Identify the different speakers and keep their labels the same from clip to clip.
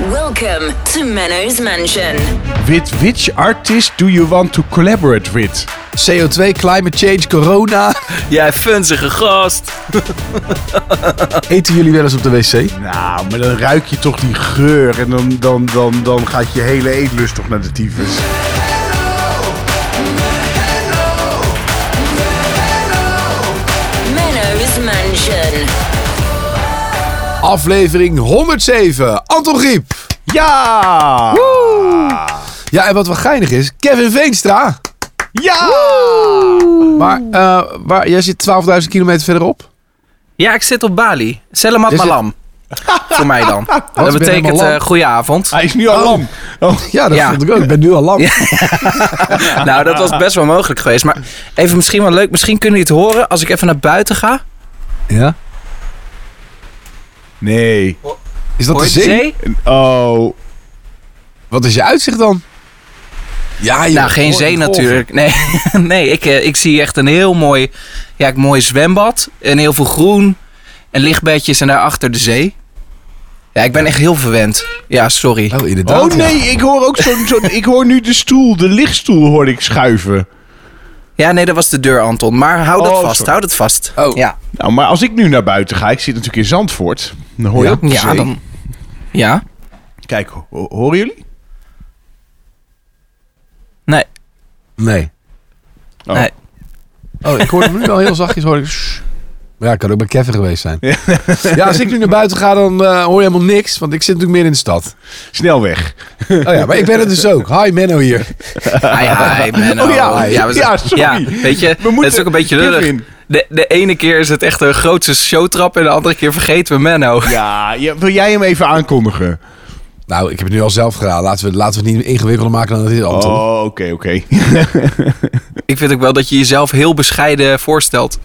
Speaker 1: Welcome to Menno's Mansion.
Speaker 2: With which artist do you want to collaborate with?
Speaker 3: CO2, climate change, corona.
Speaker 4: Jij funzige gast.
Speaker 3: Eten jullie wel eens op de wc?
Speaker 2: Nou, maar dan ruik je toch die geur en dan, dan, dan, dan gaat je hele eetlust toch naar de tyfus.
Speaker 1: Menno's Mansion.
Speaker 3: Aflevering 107. Anton Griep.
Speaker 2: Ja!
Speaker 3: Ja, en wat wel geinig is, Kevin Veenstra.
Speaker 2: Ja!
Speaker 3: Maar eh, waar, jij zit 12.000 kilometer verderop.
Speaker 4: Ja, ik zit op Bali. Selamat
Speaker 3: Is het-
Speaker 4: malam. Voor mij dan.
Speaker 3: ben
Speaker 4: Dat
Speaker 3: je
Speaker 4: betekent
Speaker 3: malam? Ah,
Speaker 4: eh goedenavond.
Speaker 2: Hij is nu al lam. Oh.
Speaker 3: Ja, dat
Speaker 4: Ja.
Speaker 3: vond ik ook. Ik ben nu al lang.
Speaker 4: Ja. Nou, dat was best wel mogelijk geweest. Maar even misschien wel leuk. Misschien kunnen jullie het horen als ik even naar buiten ga.
Speaker 3: Ja.
Speaker 2: Nee.
Speaker 3: Is dat
Speaker 4: Hoor
Speaker 3: de
Speaker 4: je de
Speaker 3: zee?
Speaker 4: zee?
Speaker 2: Oh.
Speaker 3: Wat is je uitzicht dan? Ja, je
Speaker 4: Nou, geen
Speaker 3: hoort
Speaker 4: zee
Speaker 3: de golven.
Speaker 4: natuurlijk. Nee, nee ik, eh, ik zie echt een heel mooi, ja, een mooi zwembad. En heel veel groen. En lichtbedjes en daarachter de zee. Ja, ik ben echt heel verwend. Ja, sorry.
Speaker 3: Oh, inderdaad.
Speaker 2: Oh
Speaker 3: ja.
Speaker 2: nee, ik hoor ook zo'n... zo'n- ik hoor nu de stoel, de lichtstoel hoor ik schuiven.
Speaker 4: Ja, nee, dat was de deur, Anton. Maar hou dat
Speaker 2: Oh,
Speaker 4: vast,
Speaker 2: sorry.
Speaker 4: hou dat vast.
Speaker 3: Oh.
Speaker 4: Ja,
Speaker 2: Nou, maar als ik nu naar buiten ga, ik zit natuurlijk in Zandvoort. Dan hoor je
Speaker 3: Ja.
Speaker 2: ook de
Speaker 4: ja
Speaker 2: zee.
Speaker 4: dan... Ja?
Speaker 2: Kijk, ho- horen jullie?
Speaker 4: Nee.
Speaker 3: Nee.
Speaker 2: Oh.
Speaker 4: nee.
Speaker 3: Oh, ik hoor hem nu al heel zachtjes. Hoor ik... "Sssst." Maar Ja, kan ook bij Kevin geweest zijn. Ja, als ik nu naar buiten ga, dan eh, hoor je helemaal niks. Want ik zit natuurlijk meer in de stad.
Speaker 2: Snel weg.
Speaker 3: Oh ja, maar ik ben het dus ook. Hi, Menno hier.
Speaker 4: Hi, hi, Menno.
Speaker 2: Oh ja,
Speaker 4: we-
Speaker 2: ja, sorry.
Speaker 4: ja, weet je,
Speaker 2: We
Speaker 4: het
Speaker 2: moeten-
Speaker 4: is ook een beetje
Speaker 2: Kevin.
Speaker 4: lullig. De, de ene keer is het echt een grootste showtrap en de andere keer vergeten we Menno.
Speaker 2: Ja, ja, wil jij hem even aankondigen?
Speaker 3: Nou, ik heb het nu al zelf gedaan. Laten we, laten we het niet ingewikkelder maken dan het is, Anton.
Speaker 2: Oh, oké, oké.
Speaker 4: Ik vind ook wel dat je jezelf heel bescheiden voorstelt.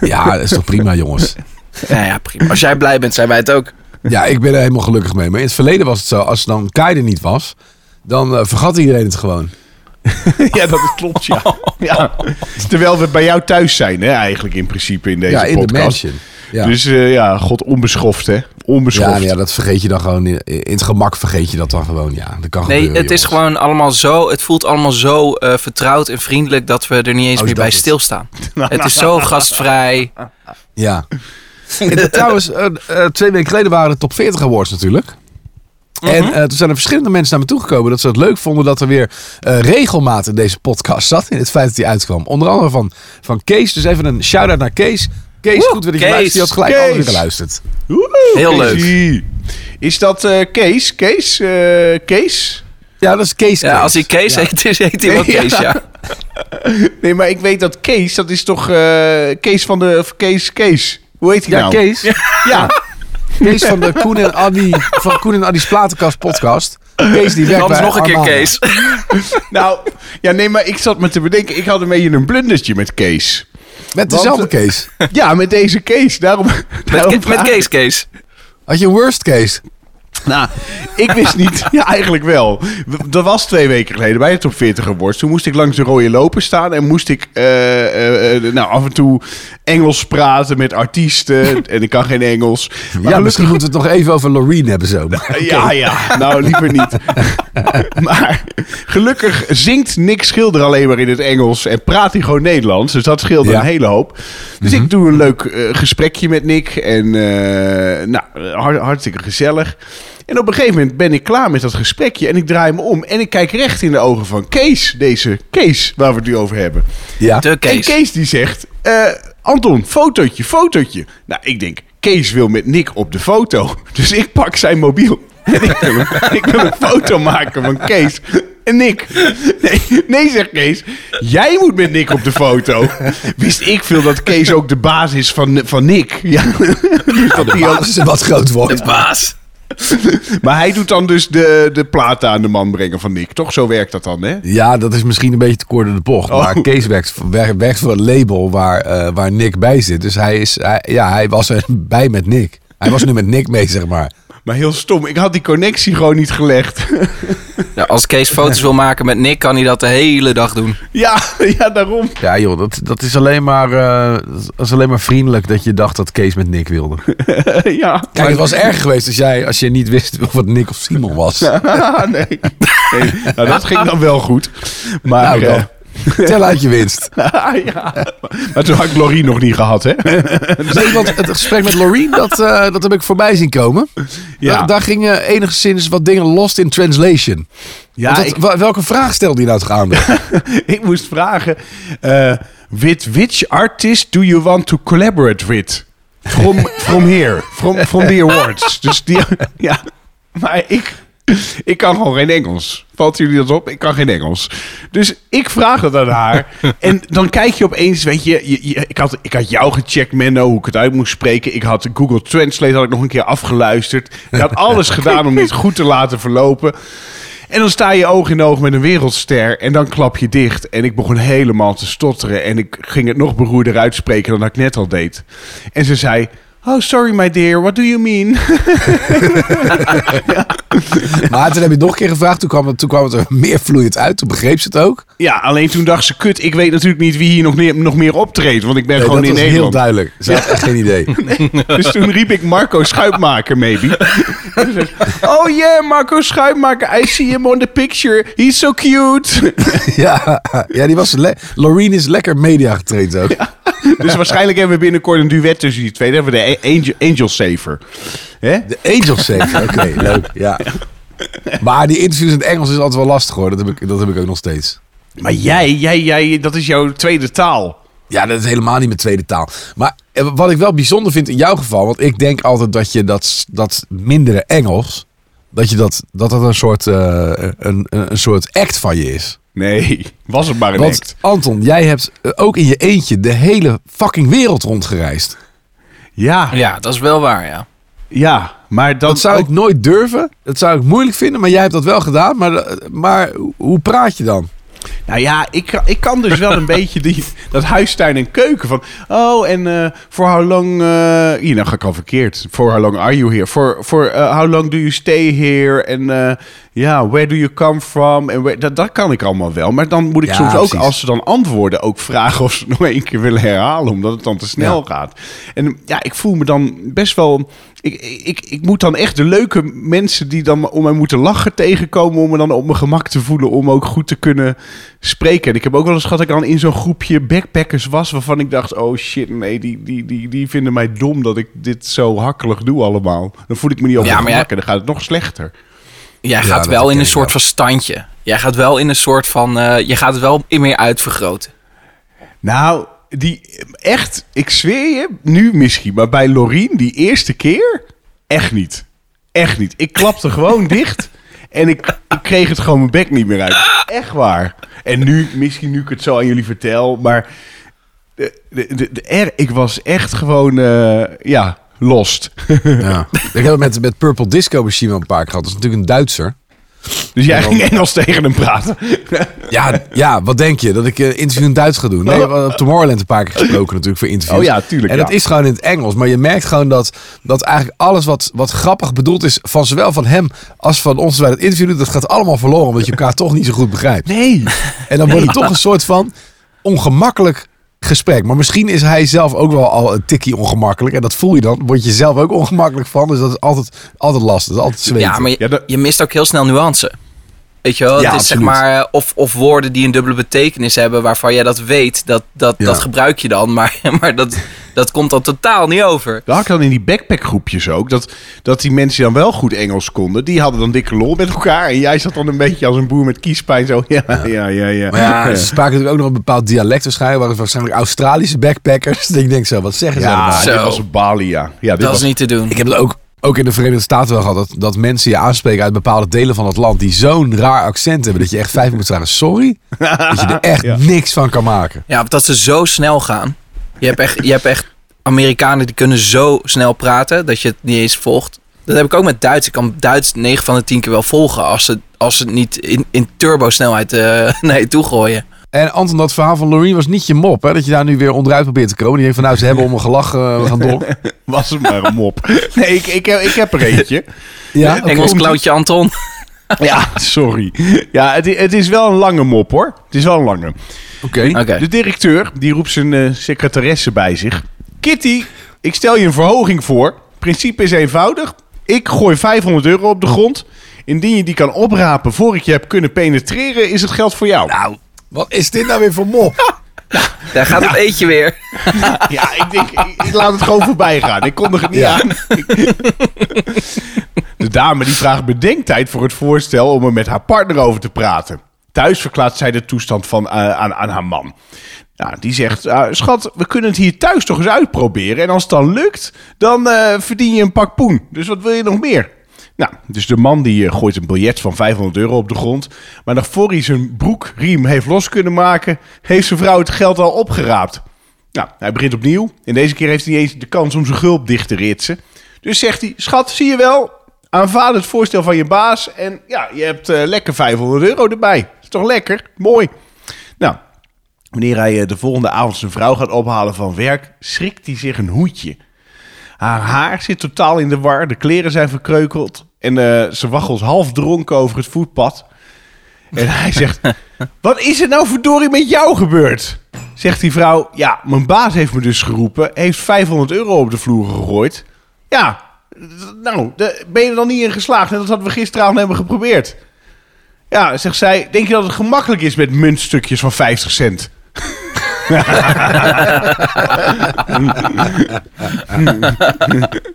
Speaker 3: Ja, dat is toch prima, jongens.
Speaker 4: Nou ja, prima. Als jij blij bent, zijn wij het ook.
Speaker 3: Ja, ik ben er helemaal gelukkig mee. Maar in het verleden was het zo, als dan Kai er niet was, dan eh, vergat iedereen het gewoon.
Speaker 2: Ja, dat klopt, ja. ja. Terwijl we bij jou thuis zijn, hè, eigenlijk in principe in deze
Speaker 3: ja, in de
Speaker 2: podcast.
Speaker 3: mansion. Ja.
Speaker 2: Dus eh, ja, god, onbeschoft, hè? Onbeschoft.
Speaker 3: ja, ja, dat vergeet je dan gewoon. In, in het gemak vergeet je dat dan gewoon. Ja, dat kan
Speaker 4: Nee,
Speaker 3: gebeuren,
Speaker 4: het is
Speaker 3: jongens.
Speaker 4: gewoon allemaal zo. Het voelt allemaal zo eh, vertrouwd en vriendelijk dat we er niet eens
Speaker 3: Oh,
Speaker 4: meer
Speaker 3: dat
Speaker 4: bij
Speaker 3: is-
Speaker 4: stilstaan. het is zo gastvrij.
Speaker 3: Ja. En dat trouwens, eh, eh, twee weken geleden waren de top 40 awards natuurlijk. En
Speaker 4: Mhm.
Speaker 3: eh, toen zijn er verschillende mensen naar me toegekomen dat ze het leuk vonden dat er weer eh, regelmaat in deze podcast zat. In het feit dat hij uitkwam. Onder andere van, van Kees. Dus even een shout-out naar Kees. Kees,
Speaker 4: Woe,
Speaker 3: goed weer dat je
Speaker 4: Kees.
Speaker 3: luistert. Die had gelijk
Speaker 2: Kees.
Speaker 3: allemaal weer geluisterd.
Speaker 2: Woehoe,
Speaker 4: Heel
Speaker 2: Casey. Is dat eh, Kees? Kees? eh, Kees?
Speaker 3: Ja, dat is Kees.
Speaker 4: Ja, als hij Kees heet, is- heet hij wel
Speaker 2: Ja.
Speaker 4: Kees, ja.
Speaker 2: Nee, maar ik weet dat Kees, dat is toch eh, Kees van de... Of Kees, Kees. Hoe heet hij
Speaker 3: Ja,
Speaker 2: nou?
Speaker 3: Kees.
Speaker 2: Ja,
Speaker 3: Kees van de Koen en Annie, van Koen en Annie's Platenkast podcast. Kees die werkt
Speaker 4: Dan is
Speaker 3: bij
Speaker 4: nog een keer
Speaker 3: Armada.
Speaker 4: Kees.
Speaker 2: nou... Ja, nee, maar ik zat me te bedenken. Ik had een beetje een blundertje met Kees.
Speaker 3: Met dezelfde
Speaker 2: Want, eh,
Speaker 3: Kees.
Speaker 2: Ja, met deze Kees. Daarom, daarom
Speaker 4: Met, met
Speaker 2: vraag
Speaker 4: Kees, Kees.
Speaker 3: Had je een worst case?
Speaker 2: Nou, ik wist niet. Ja, eigenlijk wel. W- Dat was twee weken geleden bij de Top 40 Awards. Toen moest ik langs de rode lopen staan en moest ik eh, eh, eh, nou, af en toe Engels praten met artiesten. en ik kan geen Engels. Maar
Speaker 3: Ja,
Speaker 2: gelukkig-
Speaker 3: misschien moeten we het nog even over Loreen hebben zo.
Speaker 2: Ja, ja. Nou, liever niet. maar gelukkig zingt Nick Schilder alleen maar in het Engels en praat hij gewoon Nederlands. Dus dat scheelde
Speaker 3: Ja.
Speaker 2: een hele hoop. Dus ik doe een leuk eh, gesprekje met Nick en eh, nou, hart- hartstikke gezellig. En op een gegeven moment ben ik klaar met dat gesprekje en ik draai me om en ik kijk recht in de ogen van Kees, deze Kees waar we het nu over hebben.
Speaker 3: Ja.
Speaker 4: De Kees.
Speaker 2: En Kees die zegt: eh, Anton, fotootje, fotootje. Nou, ik denk, Kees wil met Nick op de foto. Dus ik pak zijn mobiel. En ik wil, een, ik wil een foto maken van Kees en Nick. Nee, nee, zegt Kees. Jij moet met Nick op de foto. Wist ik veel dat Kees ook de baas is van, van Nick. Ja, dus dat die ook,
Speaker 3: Als ze wat groot wordt.
Speaker 4: De baas.
Speaker 2: maar hij doet dan dus de, de platen aan de man brengen van Nick. Toch? Zo werkt dat dan, hè?
Speaker 3: Ja, dat is misschien een beetje te kort door de bocht.
Speaker 2: Oh.
Speaker 3: Maar Kees werkt, werkt, werkt voor een label waar, eh, waar Nick bij zit. Dus hij, is, hij, ja, hij was er bij met Nick. Hij was nu met Nick mee, zeg maar.
Speaker 2: Maar heel stom. Ik had die connectie gewoon niet gelegd.
Speaker 4: Ja, Nou, als Kees foto's wil maken met Nick, kan hij dat de hele dag doen.
Speaker 2: ja, ja, daarom.
Speaker 3: Ja joh, dat, dat, is alleen maar, eh, dat is alleen maar vriendelijk dat je dacht dat Kees met Nick wilde.
Speaker 2: ja.
Speaker 3: Kijk, het was erg geweest als, jij, als je niet wist of het Nick of Simon was.
Speaker 2: nee. nee. Nou, dat ging dan wel goed. Maar,
Speaker 3: nou
Speaker 2: eh,
Speaker 3: dan, tel uit je winst.
Speaker 2: ja. maar toen had ik Lorien nog niet gehad, hè?
Speaker 3: Nee, want het gesprek met Loreen, dat, eh, dat heb ik voorbij zien komen.
Speaker 2: Ja.
Speaker 3: Daar, daar gingen enigszins wat dingen lost in translation.
Speaker 2: Ja,
Speaker 3: Want dat-
Speaker 2: ik-
Speaker 3: wa- Welke vraag stelde je nou toch aan?
Speaker 2: ik moest vragen: eh, with which artist do you want to collaborate with? From, from here, from, from the awards. Dus die, ja, maar ik, ik kan gewoon geen Engels. Valt jullie dat op? Ik kan geen Engels. Dus ik vraag het aan haar. En dan kijk je opeens, weet je, je, je- ik, had, ik had jou gecheckt, Menno, hoe ik het uit moest spreken. Ik had Google Translate had ik nog een keer afgeluisterd. Ik had alles gedaan om dit goed te laten verlopen. En dan sta je oog in oog met een wereldster en dan klap je dicht. En ik begon helemaal te stotteren en ik ging het nog beroerder uitspreken dan dat ik net al deed. En ze zei, oh sorry my dear, what do you mean?
Speaker 3: Maar toen heb je het nog een keer gevraagd. Toen kwam, het, toen kwam het er meer vloeiend uit. Toen begreep ze het ook.
Speaker 2: ja, alleen toen dacht ze, kut, ik weet natuurlijk niet wie hier nog, neer- nog meer optreedt, want ik ben
Speaker 3: Nee,
Speaker 2: gewoon
Speaker 3: dat
Speaker 2: in
Speaker 3: was heel
Speaker 2: Nederland.
Speaker 3: duidelijk. Ze had echt geen idee.
Speaker 2: Dus toen riep ik Marco Schuitmaker, maybe. En ze zei, oh yeah, Marco Schuitmaker, I see him on the picture, he's so cute.
Speaker 3: Ja, ja die was le- Loreen is lekker media getraind ook.
Speaker 2: dus waarschijnlijk hebben we binnenkort een duet tussen die twee. Dan hebben we de Angel, Angel Saver. Hè?
Speaker 3: De Angel Saver, oké, leuk. Ja. Maar die interviews in het Engels is altijd wel lastig hoor. Dat heb ik, dat heb ik ook nog steeds.
Speaker 2: Maar jij, jij, jij, dat is jouw tweede taal.
Speaker 3: Ja, dat is helemaal niet mijn tweede taal. Maar eh, wat ik wel bijzonder vind in jouw geval, want ik denk altijd dat je dat, dat mindere Engels, dat je dat, dat, dat een, soort, eh, een, een een soort act van je is.
Speaker 2: Nee, was het maar een
Speaker 3: Want
Speaker 2: act.
Speaker 3: Anton, jij hebt eh, ook in je eentje de hele fucking wereld rondgereisd.
Speaker 2: Ja,
Speaker 4: Ja, dat is wel waar, ja.
Speaker 2: ja, maar dan
Speaker 3: Dat zou
Speaker 2: ook-
Speaker 3: ik nooit durven. Dat zou ik moeilijk vinden, maar jij hebt dat wel gedaan. Maar, eh, maar hoe praat je dan?
Speaker 2: Nou ja, ik, ik kan dus wel een beetje die, dat huistuin en keuken van... Oh, en eh, voor how long... eh hier, nou ga ik al verkeerd. For how long are you here? For, for eh, how long do you stay here? En eh, ja, where do you come from? En where- dat, dat kan ik allemaal wel. Maar dan moet ik
Speaker 3: Ja,
Speaker 2: soms ook,
Speaker 3: precies.
Speaker 2: als ze dan antwoorden... ook vragen of ze het nog één keer willen herhalen... omdat het dan te snel gaat. En ja, ik voel me dan best wel... Ik, ik, ik moet dan echt de leuke mensen die dan om mij moeten lachen tegenkomen... om me dan op mijn gemak te voelen, om ook goed te kunnen spreken. En ik heb ook wel eens gehad dat ik dan in zo'n groepje backpackers was... waarvan ik dacht, oh shit, nee, die, die, die, die vinden mij dom dat ik dit zo hakkelig doe allemaal. Dan voel ik me niet op
Speaker 4: Ja,
Speaker 2: mijn
Speaker 4: maar
Speaker 2: gemak
Speaker 4: jij-
Speaker 2: en dan gaat het nog slechter.
Speaker 4: Jij
Speaker 3: Ja,
Speaker 4: gaat
Speaker 3: dat
Speaker 4: wel in
Speaker 3: herken
Speaker 4: een
Speaker 3: ik
Speaker 4: soort
Speaker 3: wel.
Speaker 4: van standje. Jij gaat wel in een soort van... eh, je gaat het wel in meer uitvergroten.
Speaker 2: Nou, die echt, ik zweer je, nu misschien, maar bij Lorien die eerste keer, echt niet. Echt niet. Ik klapte gewoon dicht en ik, ik kreeg het gewoon mijn bek niet meer uit. Echt waar. En nu, misschien nu ik het zo aan jullie vertel, maar de, de, de, de er, ik was echt gewoon, eh, ja, lost.
Speaker 3: Ja. ik heb het met, met Purple Disco Machine wel een paar keer gehad. Dat is natuurlijk een Duitser.
Speaker 2: Dus jij ging Engels tegen hem praten.
Speaker 3: Ja, ja wat denk je? Dat ik een interview in Duits ga doen? Nee, we hebben op Tomorrowland een paar keer gesproken natuurlijk voor interviews.
Speaker 2: Oh ja, tuurlijk,
Speaker 3: En
Speaker 2: ja.
Speaker 3: dat is gewoon in het Engels. Maar je merkt gewoon dat, dat eigenlijk alles wat, wat grappig bedoeld is... van zowel van hem als van ons bij het interview... doen, dat gaat allemaal verloren omdat je elkaar toch niet zo goed begrijpt.
Speaker 2: Nee.
Speaker 3: En dan wordt het toch een soort van ongemakkelijk gesprek. Maar misschien is hij zelf ook wel al een tikkie ongemakkelijk. En dat voel je dan. Word je zelf ook ongemakkelijk van. Dus dat is altijd, altijd lastig. Dat is altijd zweten.
Speaker 4: Ja, maar je,
Speaker 2: Ja, dat-
Speaker 4: je mist ook heel snel nuance. Weet je wel?
Speaker 3: Ja,
Speaker 4: het is zeg
Speaker 3: absoluut.
Speaker 4: maar, eh, of, of woorden die een dubbele betekenis hebben... waarvan jij dat weet, dat, dat,
Speaker 3: Ja.
Speaker 4: dat gebruik je dan. Maar, maar dat, dat komt dan totaal niet over.
Speaker 2: Dat had ik dan in die backpackgroepjes ook. Dat, dat die mensen die dan wel goed Engels konden, die hadden dan dikke lol met elkaar. En jij zat dan een beetje als een boer met kiespijn zo. Ja, ja, ja, ja.
Speaker 3: Maar ja, ze spraken natuurlijk ook nog een bepaald dialect waarschijnlijk. Waren waarschijnlijk Australische backpackers. Dat ik denk zo, wat zeggen ze
Speaker 2: Ja,
Speaker 3: allemaal?
Speaker 4: Zo.
Speaker 2: dit was een Bali, ja. ja dit
Speaker 4: Dat
Speaker 2: was,
Speaker 4: is niet te doen.
Speaker 3: Ik heb het ook, ook in de Verenigde Staten wel gehad. Dat, dat mensen je aanspreken uit bepaalde delen van het land. Die zo'n raar accent hebben. Dat je echt vijf moet zeggen, sorry. Dat je er echt
Speaker 2: Ja.
Speaker 3: niks van kan maken.
Speaker 4: Ja, omdat ze zo snel gaan. Je hebt echt, je hebt echt Amerikanen die kunnen zo snel praten dat je het niet eens volgt. Dat heb ik ook met Duits. Ik kan Duits 9 van de 10 keer wel volgen als ze, als ze het niet in, in turbo snelheid eh naar je toe gooien.
Speaker 3: En Anton, dat verhaal van Loreen was niet je mop, hè? Dat je daar nu weer onderuit probeert te komen. Die denkt van, nou, ze hebben om een gelach, eh, we gaan door.
Speaker 2: Was het maar een mop. Nee, ik, ik, heb- ik heb er eentje.
Speaker 3: Ja,
Speaker 2: oké.
Speaker 4: Engels klauwtje Anton.
Speaker 2: Ja, sorry. Ja, het, i- het is wel een lange mop hoor. Het is wel een lange.
Speaker 4: Oké.
Speaker 2: De directeur, die roept zijn eh, secretaresse bij zich. Kitty, ik stel je een verhoging voor. Principe is eenvoudig. Ik gooi 500 euro op de grond. Indien je die kan oprapen voor ik je heb kunnen penetreren, is het geld voor jou.
Speaker 3: Wat is dit nou weer voor mop?
Speaker 4: Daar gaat het eetje weer.
Speaker 2: Ja, ik denk, ik, ik laat het gewoon voorbij gaan. Ik kondig het niet
Speaker 3: Ja.
Speaker 2: aan. De dame die vraagt bedenktijd voor het voorstel om er met haar partner over te praten. Thuis verklaart zij de toestand van, eh, aan, aan haar man. Nou, die zegt, eh, schat, we kunnen het hier thuis toch eens uitproberen. En als het dan lukt, dan eh, verdien je een pak poen. Dus wat wil je nog meer? Nou, dus de man die eh, gooit een biljet van 500 euro op de grond. Maar nog voor hij zijn broekriem heeft los kunnen maken, heeft zijn vrouw het geld al opgeraapt. Nou, hij begint opnieuw. En deze keer heeft hij niet eens de kans om zijn gulp dicht te ritsen. Dus zegt hij, schat, zie je wel? Aanvaard het voorstel van je baas. En ja, je hebt eh, lekker 500 euro erbij. Is toch lekker? Mooi. Nou, wanneer hij eh, de volgende avond zijn vrouw gaat ophalen van werk, schrikt hij zich een hoedje. Haar haar zit totaal in de war, de kleren zijn verkreukeld en eh, ze waggelt half dronken over het voetpad. En hij zegt, wat is er nou verdorie met jou gebeurd? Zegt die vrouw, ja, mijn baas heeft me dus geroepen, heeft 500 euro op de vloer gegooid. Ja, d- nou, d- ben je er dan niet in geslaagd? En dat hadden we gisteravond hebben geprobeerd. Ja, zegt zij, denk je dat het gemakkelijk is met muntstukjes van 50 cent?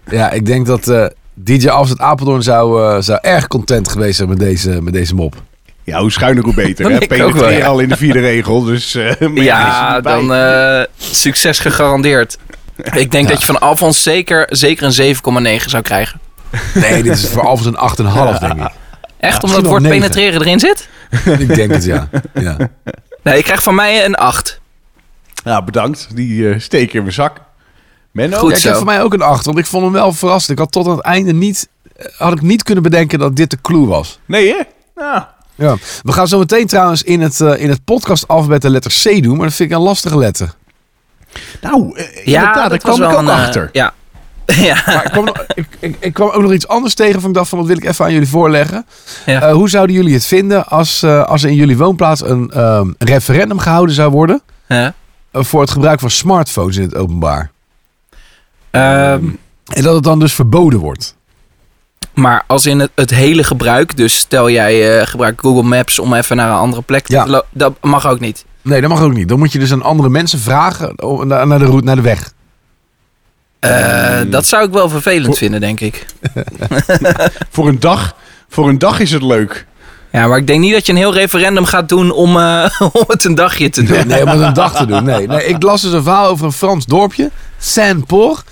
Speaker 3: Ja, ik denk dat eh, DJ Afzet Apeldoorn zou, eh, zou erg content geweest zijn met deze, met deze mop.
Speaker 2: Ja, hoe schuiner hoe beter.
Speaker 4: Dat
Speaker 2: hè?
Speaker 4: denk ik ook wel,
Speaker 2: Penetreren
Speaker 4: ja.
Speaker 2: al in de vierde regel, dus... eh, maar
Speaker 4: Ja,
Speaker 2: is er niet
Speaker 4: dan
Speaker 2: bij.
Speaker 4: eh, succes gegarandeerd. Ik denk dat je van Alfons zeker, zeker een 7,9 zou krijgen.
Speaker 3: Nee, dit is voor Alfons een 8,5 denk ik. misschien
Speaker 4: Echt omdat het woord
Speaker 3: wel negen.
Speaker 4: penetreren erin zit?
Speaker 3: Ik denk het, ja. ja.
Speaker 4: Nee, ik krijg van mij een 8.
Speaker 2: Nou, bedankt. Die eh, steek in mijn zak. Menno?
Speaker 4: Goed.
Speaker 3: Ja, ik heb
Speaker 4: zo.
Speaker 3: voor mij ook een 8, want ik vond hem wel verrassend. Ik had tot aan het einde niet, eh, had ik niet kunnen bedenken dat dit de clue was.
Speaker 2: Nee, hè? Nou,
Speaker 3: Ja. We gaan zo meteen trouwens in het, eh, in het podcast alfabet de letter C doen, maar dat vind ik een lastige letter.
Speaker 2: nou eh, inderdaad, daar
Speaker 4: dat
Speaker 2: kwam
Speaker 4: was
Speaker 2: ik
Speaker 4: wel
Speaker 2: ook
Speaker 4: een, eh,
Speaker 2: achter.
Speaker 4: Ja. ja.
Speaker 3: Maar ik kwam, nog- ik, ik, ik kwam ook nog iets anders tegen van ik dacht van dat wil ik even aan jullie voorleggen.
Speaker 4: Ja.
Speaker 3: Eh, hoe zouden jullie het vinden als, eh, als er in jullie woonplaats een ehm, referendum gehouden zou worden
Speaker 4: Ja.
Speaker 3: eh, voor het gebruik van smartphones in het openbaar?
Speaker 4: Ehm,
Speaker 3: En dat het dan dus verboden wordt.
Speaker 4: maar als in het, het hele gebruik, dus stel jij eh, gebruikt Google Maps om even naar een andere plek
Speaker 3: Ja.
Speaker 4: te lopen, dat mag ook niet.
Speaker 3: Nee, dat mag ook niet. Dan moet je dus aan andere mensen vragen om- naar, naar de route, naar de weg.
Speaker 4: Eh,
Speaker 3: Ehm.
Speaker 4: Dat zou ik wel vervelend vinden, denk ik.
Speaker 2: Voor een dag... Voor een dag is het leuk.
Speaker 4: Ja, maar ik denk niet dat je een heel referendum gaat doen om, eh, om het een dagje te doen.
Speaker 3: Nee, om het een dag te doen. Nee, nee, ik las dus een verhaal over een Frans dorpje. Saint-Por.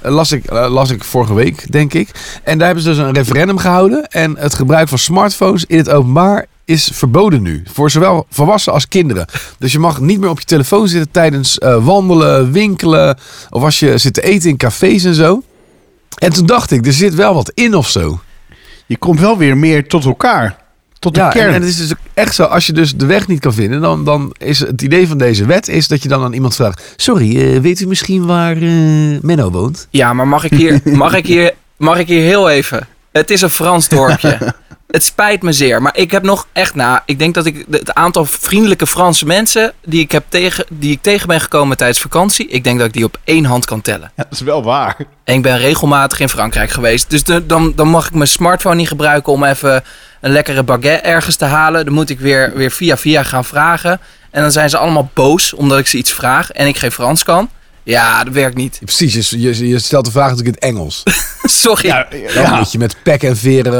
Speaker 3: Eh, Las ik, eh, las ik vorige week, denk ik. En daar hebben ze dus een referendum gehouden. En het gebruik van smartphones in het openbaar is verboden nu. Voor zowel volwassenen als kinderen. Dus je mag niet meer op je telefoon zitten tijdens eh, wandelen, winkelen. Of als je zit te eten in cafés en zo. En toen dacht ik, er zit wel wat in of zo.
Speaker 2: Je komt wel weer meer tot elkaar. Tot de
Speaker 3: Ja,
Speaker 2: kern.
Speaker 3: en, en het is dus ook echt zo, als je dus de weg niet kan vinden, dan, dan is het idee van deze wet is dat je dan aan iemand vraagt: Sorry, eh, weet u misschien waar eh, Menno woont?
Speaker 4: Ja, maar mag ik hier, mag ik hier, mag ik hier heel even? Het is een Frans dorpje. Het spijt me zeer, maar ik heb nog echt na. Ik denk dat ik de- het aantal vriendelijke Franse mensen die ik, heb tegen, die ik tegen ben gekomen tijdens vakantie, ik denk dat ik die op één hand kan tellen.
Speaker 2: Ja, dat is wel waar.
Speaker 4: En ik ben regelmatig in Frankrijk geweest, dus de- dan, dan mag ik mijn smartphone niet gebruiken om even een lekkere baguette ergens te halen. Dan moet ik weer, weer via via gaan vragen. En dan zijn ze allemaal boos omdat ik ze iets vraag en ik geen Frans kan. Ja, dat werkt niet.
Speaker 3: Precies, je, je, je stelt de vraag natuurlijk in het Engels.
Speaker 4: Sorry.
Speaker 2: Ja,
Speaker 3: Dan
Speaker 2: ja,
Speaker 3: moet je met pek en veren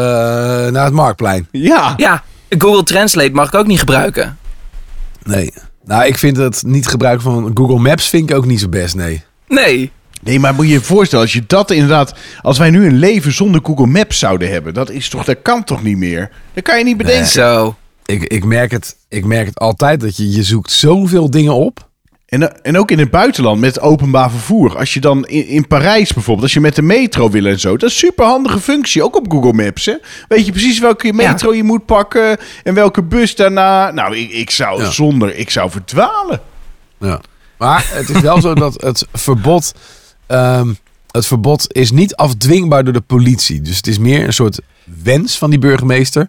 Speaker 3: eh, naar het marktplein.
Speaker 2: ja.
Speaker 4: Ja, Google Translate mag ik ook niet gebruiken.
Speaker 3: Nee. Nou, ik vind het niet gebruiken van Google Maps vind ik ook niet zo best, nee.
Speaker 4: Nee.
Speaker 2: Nee, maar moet je je voorstellen, als je dat inderdaad... Als wij nu een leven zonder Google Maps zouden hebben... Dat, is toch, dat kan toch niet meer? Dat kan je niet bedenken.
Speaker 4: Zo.
Speaker 3: Ik, ik, merk het, ik merk het altijd dat je, je zoekt zoveel dingen op.
Speaker 2: En, en ook in het buitenland met openbaar vervoer. Als je dan in, in Parijs bijvoorbeeld, als je met de metro wil en zo. Dat is een superhandige functie, ook op Google Maps. Hè? Weet je precies welke metro je moet pakken en welke bus daarna. Nou, ik, ik zou
Speaker 3: Ja.
Speaker 2: zonder, ik zou verdwalen.
Speaker 3: Ja. Maar het is wel zo dat het verbod. ehm, het verbod is niet afdwingbaar door de politie. Dus het is meer een soort wens van die burgemeester.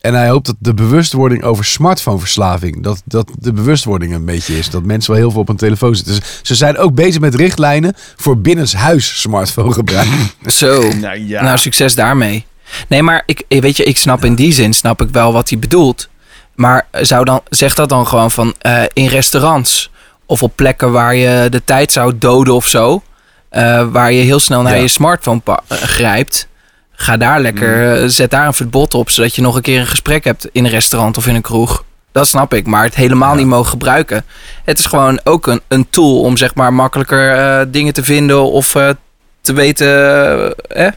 Speaker 3: En hij hoopt dat de bewustwording over smartphoneverslaving. Dat, dat de bewustwording een beetje is. Dat mensen wel heel veel op hun telefoon zitten. Dus ze zijn ook bezig met richtlijnen voor binnenshuis smartphonegebruik.
Speaker 4: Zo.
Speaker 2: Nou ja.
Speaker 4: Nou, succes daarmee. Nee, maar ik, eh, weet je, ik snap in die zin snap ik wel wat hij bedoelt. Maar eh, zou dan, zeg dat dan gewoon van eh, in restaurants of op plekken waar je de tijd zou doden of zo. eh, waar je heel snel naar
Speaker 3: Ja.
Speaker 4: je smartphone pa- eh, grijpt. Ga daar lekker, eh, zet daar een verbod op, zodat je nog een keer een gesprek hebt in een restaurant of in een kroeg. Dat snap ik, maar het helemaal niet mogen gebruiken. Het is gewoon ook een, een tool om zeg maar makkelijker eh, dingen te vinden of eh, te weten eh,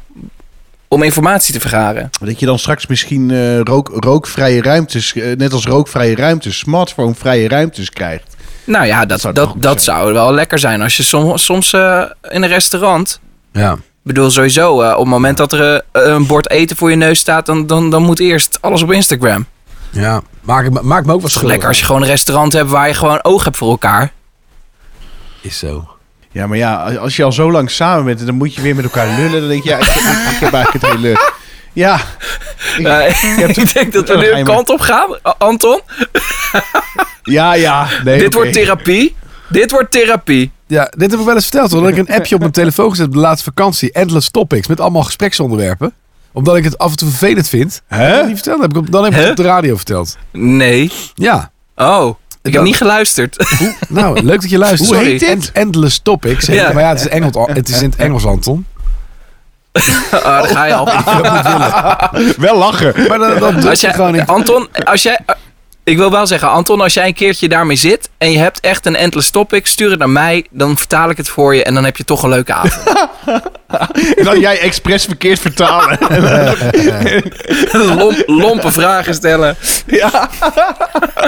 Speaker 4: om informatie te vergaren.
Speaker 2: Dat je dan straks misschien eh, rook, rookvrije ruimtes, eh, net als rookvrije ruimtes, smartphonevrije ruimtes krijgt.
Speaker 4: Nou ja, dat,
Speaker 2: zou
Speaker 4: dat,
Speaker 2: toch
Speaker 4: dat,
Speaker 2: goed zijn.
Speaker 4: zou wel lekker zijn. Als je som- soms eh, in een restaurant.
Speaker 3: Ja.
Speaker 4: Ik bedoel, sowieso, eh, op het moment dat er eh, een bord eten voor je neus staat, dan, dan, dan moet eerst alles op Instagram.
Speaker 3: ja. Maak, ik- maak me ook wat schuldig.
Speaker 4: Lekker als je gewoon een restaurant hebt waar je gewoon oog hebt voor elkaar.
Speaker 3: Is zo.
Speaker 2: Ja, maar ja, als je al zo lang samen bent en dan moet je weer met elkaar lullen, dan denk je, ja, ik, ik, ik heb eigenlijk het hele... Ja,
Speaker 4: Eh, ik denk dat we nu
Speaker 2: Ga je
Speaker 4: een
Speaker 2: maar-
Speaker 4: kant op gaan. A- Anton,
Speaker 2: ja, ja. Nee,
Speaker 4: dit
Speaker 2: oké.
Speaker 4: wordt therapie. Dit wordt therapie.
Speaker 3: Ja, dit heb ik wel eens verteld. Hoor. Dat ik een appje op mijn telefoon gezet heb op de laatste vakantie. Endless topics met allemaal gespreksonderwerpen. Omdat ik het af en toe vervelend vind.
Speaker 2: Hè?
Speaker 3: Dat heb ik niet verteld. Dat Heb ik, op- dan heb ik het
Speaker 4: Hè?
Speaker 3: op de radio verteld.
Speaker 4: Nee.
Speaker 3: Ja.
Speaker 4: Oh, ik
Speaker 3: Dan-
Speaker 4: heb niet geluisterd.
Speaker 3: Hoe- nou, leuk dat je luistert.
Speaker 4: Hoe
Speaker 3: Sorry.
Speaker 4: heet dit?
Speaker 3: End- endless topics. heet
Speaker 4: Ja.
Speaker 3: het. Maar ja, het is, Engels, het is in het Engels, Anton.
Speaker 4: Ah, daar ga je al.
Speaker 2: Wel lachen.
Speaker 3: Maar dan, dan druk
Speaker 4: Als
Speaker 3: je
Speaker 4: jij,
Speaker 3: gewoon in.
Speaker 4: Anton, als jij. eh, Ik wil wel zeggen, Anton, als jij een keertje daarmee zit en je hebt echt een endless topic, stuur het naar mij, dan vertaal ik het voor je en dan heb je toch een leuke avond.
Speaker 2: En dan jij expres verkeerd vertalen.
Speaker 4: Lomp- lompe vragen stellen.
Speaker 2: ja.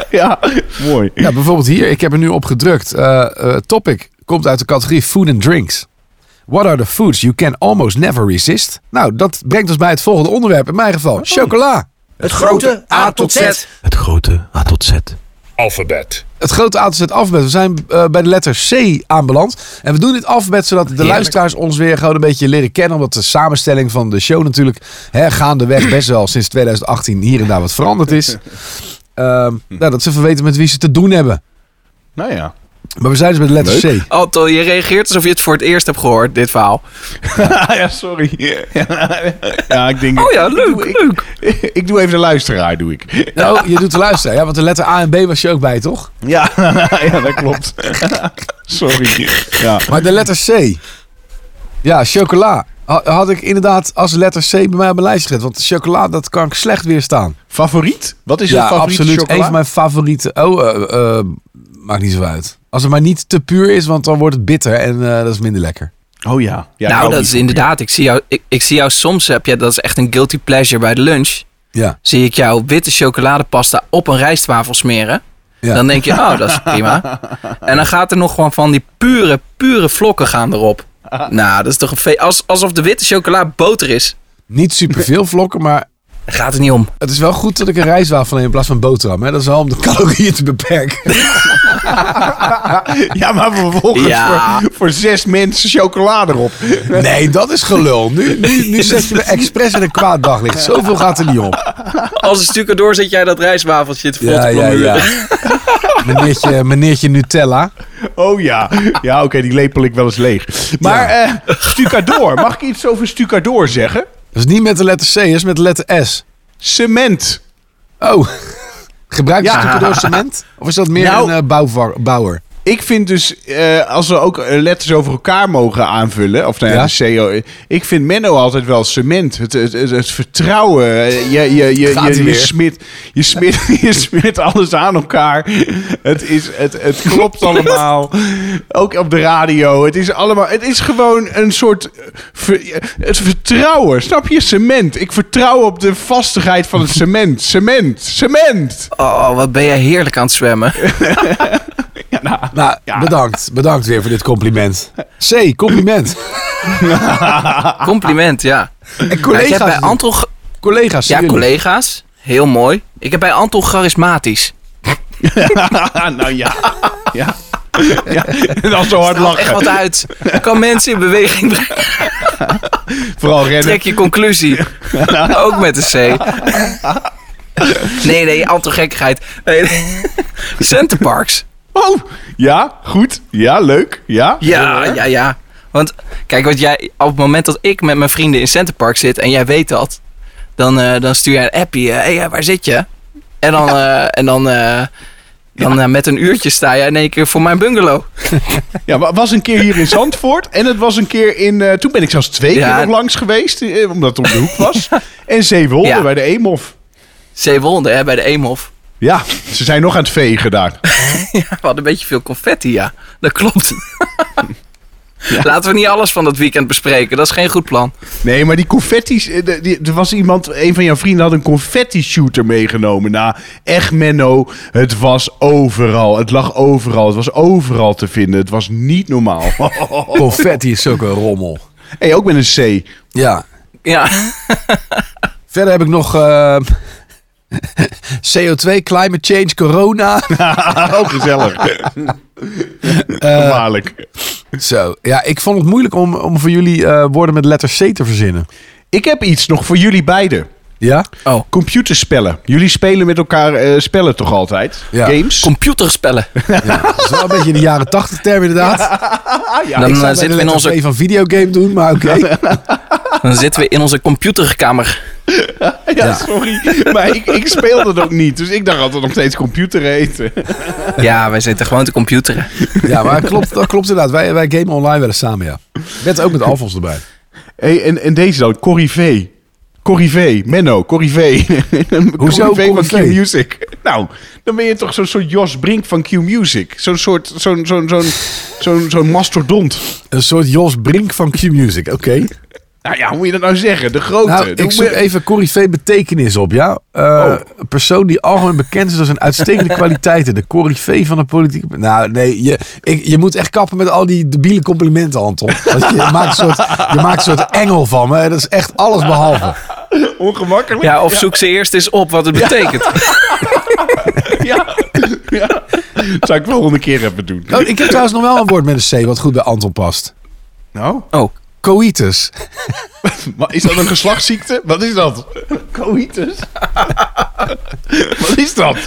Speaker 2: ja, mooi.
Speaker 3: Ja, bijvoorbeeld hier. Ik heb er nu op gedrukt. Eh, eh, topic komt uit de categorie food and drinks. What are the foods you can almost never resist? Nou, dat brengt ons bij het volgende onderwerp. In mijn
Speaker 4: Oh.
Speaker 3: geval, chocola.
Speaker 5: Het grote A tot Z.
Speaker 6: Het grote A tot Z.
Speaker 7: alfabet,
Speaker 3: het grote aantal het alfabet. We zijn eh, bij de letter C aanbeland. En we doen dit alfabet zodat de luisteraars ons weer gewoon een beetje leren kennen. Omdat de samenstelling van de show natuurlijk hè, gaandeweg best wel sinds 2018 hier en daar wat veranderd is. Ehm, nou, dat ze even weten met wie ze te doen hebben.
Speaker 2: Nou ja.
Speaker 3: Maar we zijn dus bij de letter C.
Speaker 4: Anton, je reageert alsof je het voor het eerst hebt gehoord, dit verhaal.
Speaker 2: ja, sorry. ja, ik denk...
Speaker 4: Oh ja, leuk, leuk.
Speaker 2: Ik, ik doe even de luisteraar, doe ik.
Speaker 3: Nou, je doet de luisteren. Ja, want de letter A en B was je ook bij, toch?
Speaker 2: Ja, ja dat klopt. sorry. Ja.
Speaker 3: Maar de letter C. Ja, chocola. Ha- Had ik inderdaad als letter C bij mij op mijn lijst gezet. Want chocola, dat kan ik slecht weerstaan.
Speaker 2: Favoriet? Wat is je favoriete
Speaker 3: absoluut.
Speaker 2: chocola?
Speaker 3: Een van mijn favoriete. Oh, eh, eh, maakt niet zo uit. Als het maar niet te puur is, want dan wordt het bitter en eh, dat is minder lekker.
Speaker 2: Oh ja. ja ik
Speaker 4: nou,
Speaker 2: hou
Speaker 4: dat
Speaker 2: niet
Speaker 4: is
Speaker 2: van-
Speaker 4: inderdaad. Ik zie jou, ik, ik zie jou soms, heb je, dat is echt een guilty pleasure bij de lunch.
Speaker 3: Ja.
Speaker 4: Zie ik jou witte chocoladepasta op een rijstwafel smeren.
Speaker 3: ja.
Speaker 4: Dan denk je, oh, dat is prima. En dan gaat er nog gewoon van die pure, pure vlokken gaan erop. Nou, dat is toch een fe- als, alsof de witte chocola boter is.
Speaker 3: Niet superveel vlokken, maar
Speaker 4: Daar gaat het niet om.
Speaker 3: het is wel goed dat ik een rijstwafel neem in plaats van boterham. Hè? Dat is wel om de calorieën te beperken.
Speaker 2: Ja, maar vervolgens
Speaker 4: Ja.
Speaker 2: voor, voor zes mensen chocola erop.
Speaker 3: Nee, dat is gelul. Nu, nu, nu zet je me expres in een kwaad daglicht. Zoveel gaat er niet op.
Speaker 4: Als een stuk door zit jij dat rijstwafeltje te vol te plamuren.
Speaker 3: Meneertje, meneertje Nutella.
Speaker 2: Oh ja. Ja, oké, die lepel ik wel eens leeg. Maar eh stucador. Mag ik iets over stucador zeggen?
Speaker 3: Dat is niet met de letter C, dat is met de letter S.
Speaker 2: Cement.
Speaker 3: Oh, gebruik je
Speaker 2: Ja.
Speaker 3: stukken door cement? Of is dat meer
Speaker 2: Nou-
Speaker 3: een eh, bouwvar- bouwer?
Speaker 2: Ik vind dus, eh, als we ook eh, letters over elkaar mogen aanvullen, of nou ja,
Speaker 3: Ja.
Speaker 2: de CO. Ik vind Menno altijd wel cement. Het, het, het, het vertrouwen. eh, Je, je, je,
Speaker 3: Gaat-ie
Speaker 2: je, je,
Speaker 3: weer.
Speaker 2: smit, je, smit, je smit alles aan elkaar. Het, is, het, het klopt allemaal. Ook op de radio. Het is, allemaal, het is gewoon een soort. eh, ver- het vertrouwen. Snap je? Cement. Ik vertrouw op de vastigheid van het cement. Cement. Cement.
Speaker 4: Oh, wat ben jij heerlijk aan het zwemmen.
Speaker 2: nou,
Speaker 3: Nou,
Speaker 2: Ja.
Speaker 3: bedankt. Bedankt weer voor dit compliment. C, compliment.
Speaker 4: Compliment, ja.
Speaker 3: En
Speaker 4: Maar ik heb
Speaker 3: collega's.
Speaker 4: bij Anton... ge-
Speaker 3: collega's.
Speaker 4: Ja,
Speaker 3: zien jullie.
Speaker 4: collega's. Heel mooi. Ik heb bij Anton charismatisch.
Speaker 2: nou ja. ja. Ja, dan zo hard
Speaker 4: Haal echt
Speaker 2: lachen.
Speaker 4: wat uit. Kan mensen in beweging brengen.
Speaker 2: Vooral rennen.
Speaker 4: Trek je conclusie. Ook met een C. Nee, nee, Anton gekkigheid. Nee, nee. Centerparks.
Speaker 2: Oh, ja, goed. Ja, leuk. Ja. Eh,
Speaker 4: Ja, ja, ja. Want kijk, wat jij, op het moment dat ik met mijn vrienden in Center Park zit en jij weet dat, dan, eh, dan stuur jij een appie. Hé, hey, eh, waar zit je? En dan, eh, en dan, eh, dan eh, met een uurtje sta je in één keer voor mijn bungalow.
Speaker 2: Ja, maar het was een keer hier in Zandvoort. En het was een keer in... eh, toen ben ik zelfs twee
Speaker 4: Ja.
Speaker 2: keer nog langs geweest. eh, omdat het om de hoek was. En Zeewolde
Speaker 4: Ja.
Speaker 2: bij de Eemhof.
Speaker 4: Zeewolde, hè, bij de Eemhof.
Speaker 2: Ja, ze zijn nog aan het vegen daar.
Speaker 4: We hadden een beetje veel confetti, ja. Dat klopt. Laten we niet alles van dat weekend bespreken. Dat is geen goed plan.
Speaker 2: Nee, maar die confetti's... eh, de- die- Er was iemand, een van jouw vrienden had een confetti-shooter meegenomen. Nou, echt Menno, het was overal. Het lag overal. Het was overal te vinden. Het was niet normaal.
Speaker 3: Confetti is ook een rommel.
Speaker 2: hey, ook met een C.
Speaker 3: Ja.
Speaker 4: Ja,
Speaker 3: Verder heb ik nog eh, CO2, climate change, corona.
Speaker 2: Ah, ook gezellig. Eh, Waarlijk.
Speaker 3: Zo. Ja, ik vond het moeilijk om, om voor jullie eh, woorden met letter C te verzinnen.
Speaker 2: Ik heb iets nog voor jullie beiden.
Speaker 3: Ja?
Speaker 4: Oh.
Speaker 2: Computerspellen. Jullie spelen met elkaar eh, spellen toch altijd?
Speaker 3: Ja.
Speaker 2: Games?
Speaker 4: computerspellen.
Speaker 3: Dat is wel een beetje de jaren tachtig term inderdaad.
Speaker 4: dan,
Speaker 3: ik
Speaker 4: eh,
Speaker 3: zou
Speaker 4: zitten we
Speaker 3: zitten
Speaker 4: in
Speaker 3: in
Speaker 4: onze,
Speaker 3: van videogame doen, maar oké.
Speaker 4: dan zitten we in onze computerkamer.
Speaker 2: ja, sorry. maar ik, ik speel dat ook niet. Dus ik dacht altijd nog steeds computer eten.
Speaker 4: Ja, wij zitten gewoon te computeren.
Speaker 3: Ja, maar klopt, dat klopt inderdaad. Wij, wij gamen online wel eens samen, ja. Met ook met Alfons erbij.
Speaker 2: Hey, en, en deze dan, Corrie V. Corrie V. Menno, Corrie V.
Speaker 3: Hoezo
Speaker 2: Corrie V
Speaker 3: Corrie
Speaker 2: van
Speaker 3: V?
Speaker 2: Q-Music. Nou, dan ben je toch zo'n soort Jos Brink van Q-Music. Zo'n soort, zo'n, zo'n, zo'n, zo'n, zo'n mastodont.
Speaker 3: Een soort Jos Brink van Q-Music, oké.
Speaker 2: Nou ja, hoe moet je dat nou zeggen? De grote.
Speaker 3: Nou,
Speaker 2: De-
Speaker 3: ik zoek even corrivee betekenis op, ja. Eh,
Speaker 2: Oh.
Speaker 3: Een persoon die algemeen bekend is door zijn uitstekende kwaliteiten. De corrivee van de politiek. Nou, nee, je, ik, je moet echt kappen met al die debiele complimenten, Anton. Want je, maakt een soort, je maakt een soort engel van me. Dat is echt alles behalve.
Speaker 2: Ongemakkelijk.
Speaker 4: Ja, of zoek ze eerst eens op wat het betekent.
Speaker 2: Ja. ja. Zou ik volgende keer even doen.
Speaker 3: Oh, ik heb trouwens nog wel een woord met een C wat goed bij Anton past.
Speaker 2: Nou,
Speaker 4: Oh,
Speaker 3: Coitus.
Speaker 2: maar is dat een geslachtsziekte? Wat is dat? Coitus? Wat is dat?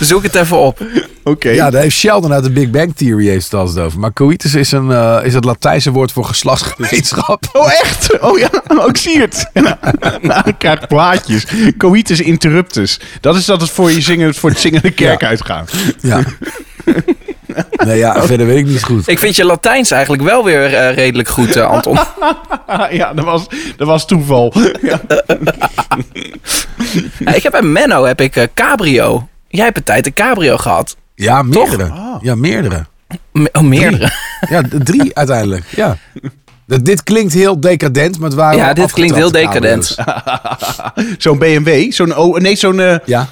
Speaker 4: zoek het even op.
Speaker 2: Oké.
Speaker 3: Ja, daar heeft Sheldon uit de Big Bang Theory heeft het altijd over. Maar coitus is, een, eh, is het Latijnse woord voor geslachtsgemeenschap.
Speaker 2: Oh, echt? Oh ja, oh, ik zie het. nou, ik krijg plaatjes. Coitus interruptus. Dat is dat het voor, je zingen, voor het zingen de kerk uitgaat.
Speaker 3: Ja. Nee, ja, verder weet ik niet goed.
Speaker 4: Ik vind je Latijns eigenlijk wel weer eh, redelijk goed, eh, Anton.
Speaker 2: Ah, ja, dat was, dat was toeval. ja.
Speaker 4: Ja, ik heb bij Menno heb ik, eh, cabrio. Jij hebt een tijd een cabrio gehad.
Speaker 3: Ja, meerdere. Ja, meerdere.
Speaker 4: Me- oh, meerdere.
Speaker 3: Ja, d- drie uiteindelijk. Ja. Dat, dit klinkt heel decadent, maar het waren
Speaker 4: Ja,
Speaker 3: wel
Speaker 4: dit klinkt heel
Speaker 3: afgetrapte
Speaker 4: decadent.
Speaker 3: cabrio's.
Speaker 2: Zo'n BMW, zo'n... Oh, nee, zo'n... eh,
Speaker 3: Ja.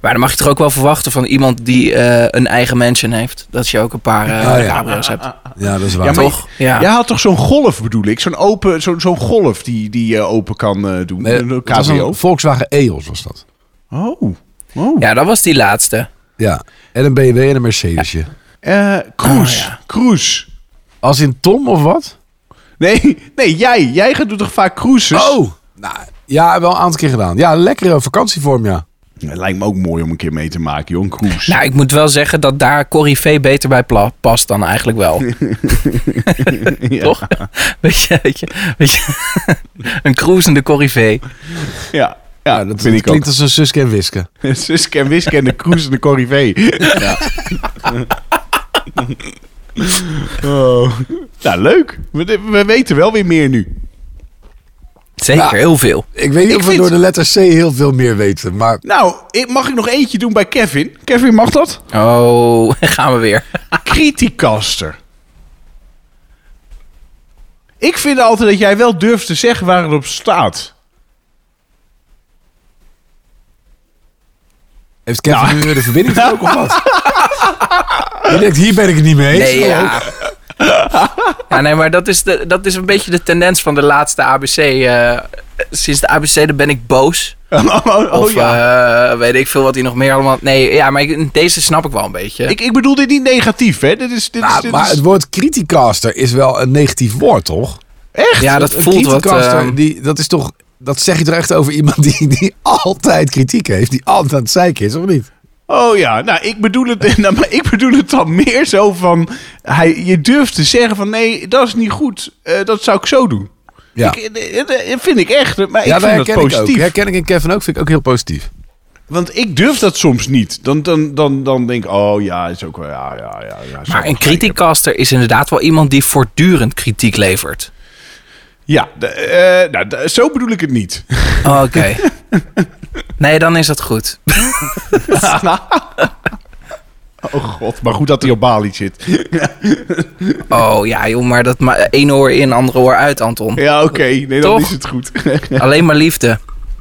Speaker 4: Maar dan mag je toch ook wel verwachten van iemand die eh, een eigen mansion heeft. Dat je ook een paar eh,
Speaker 3: Ah, ja.
Speaker 4: cabrio's hebt.
Speaker 3: ja, dat is waar.
Speaker 2: Ja, maar-
Speaker 4: Toch? Ja.
Speaker 2: Jij had toch zo'n golf, bedoel ik? Zo'n open, zo'n zo'n golf die, die je open kan eh, doen.
Speaker 3: Nee,
Speaker 2: een
Speaker 3: het was
Speaker 2: cabrio.
Speaker 3: een Volkswagen EOS was dat.
Speaker 2: Oh. oh.
Speaker 4: ja, dat was die laatste.
Speaker 3: Ja. En een BMW en een Mercedesje.
Speaker 2: Eh, cruise. Cruise.
Speaker 3: Als in Tom of wat?
Speaker 2: Nee, nee, jij. Jij gaat- doet toch vaak cruises?
Speaker 3: Oh! Nou, ja, wel een aantal keer gedaan. Ja, lekkere vakantievorm, ja.
Speaker 2: Het lijkt me ook mooi om een keer mee te maken, joh. Een cruise.
Speaker 4: Nou, ik moet wel zeggen dat daar Corrie V beter bij pla- past dan eigenlijk wel.
Speaker 2: Ja.
Speaker 4: Toch? Weet je, weet je, weet je. een cruisende Corrie V.
Speaker 2: Ja. Ja, dat
Speaker 3: dat
Speaker 2: vind ik
Speaker 3: klinkt als een Suske en Wiske.
Speaker 2: ook. Suske en Wiske en de cruise en de corrivee. Ja. oh. Nou, leuk. We, we weten wel weer meer nu.
Speaker 4: Zeker,
Speaker 3: Ja.
Speaker 4: heel veel.
Speaker 3: Ik weet niet
Speaker 2: Ik
Speaker 3: of we
Speaker 2: vind-
Speaker 3: door de letter C heel veel meer weten, maar...
Speaker 2: Nou, ik- mag ik nog eentje doen bij Kevin? Kevin, mag dat?
Speaker 4: Oh, gaan we weer.
Speaker 2: Criticaster. Ik vind altijd dat jij wel durft te zeggen waar het op staat.
Speaker 3: Heeft Kevin nu weer de verbinding ook of wat? Je denkt, hier ben ik het niet mee eens.
Speaker 4: Nee, ja. ja, nee, maar dat is, de, dat is een beetje de tendens van de laatste ABC. eh, sinds de ABC dan ben ik boos.
Speaker 2: Oh, oh,
Speaker 4: Of
Speaker 2: oh, ja.
Speaker 4: eh, weet ik veel wat hij nog meer allemaal... Nee, ja, maar ik- deze snap ik wel een beetje.
Speaker 2: ik, ik bedoel dit niet negatief, hè? Dit is, dit is,
Speaker 3: Nou,
Speaker 2: dit
Speaker 3: maar
Speaker 2: is-
Speaker 3: het woord criticaster is wel een negatief woord, toch?
Speaker 2: echt.
Speaker 4: ja, dat
Speaker 3: Een
Speaker 4: voelt wat...
Speaker 3: criticaster,
Speaker 2: ehm,
Speaker 4: eh,
Speaker 3: die, dat is toch... Dat zeg je toch echt over iemand die, die altijd kritiek heeft, die altijd aan het zeiken is, of niet?
Speaker 2: Oh ja, nou ik bedoel het, nou, maar ik bedoel het dan meer zo van, hij, je durft te zeggen van nee, dat is niet goed, eh, dat zou ik zo doen.
Speaker 3: Ja,
Speaker 2: Ik, eh, eh, dat vind ik echt, maar ik
Speaker 3: ja
Speaker 2: vind dat
Speaker 3: ik ook.
Speaker 2: positief.
Speaker 3: Herken ik in Kevin ook, vind ik ook heel positief.
Speaker 2: Want ik durf dat soms niet. Dan, dan, dan, dan denk ik, oh ja, is ook wel, ja, ja, ja. ja zou
Speaker 4: maar
Speaker 2: wel
Speaker 4: een
Speaker 2: zijn.
Speaker 4: criticaster is inderdaad wel iemand die voortdurend kritiek levert.
Speaker 2: Ja, de- eh, nou, de- zo bedoel ik het niet.
Speaker 4: Oké.
Speaker 3: Oh,
Speaker 4: nee, dan is dat goed.
Speaker 2: Oh god, maar goed dat hij op Bali zit.
Speaker 4: Oh ja, joh, maar dat maar één oor in, andere oor uit, Anton.
Speaker 2: Ja, oké, nee, dan
Speaker 4: Toch?
Speaker 2: is het goed.
Speaker 4: Alleen maar liefde.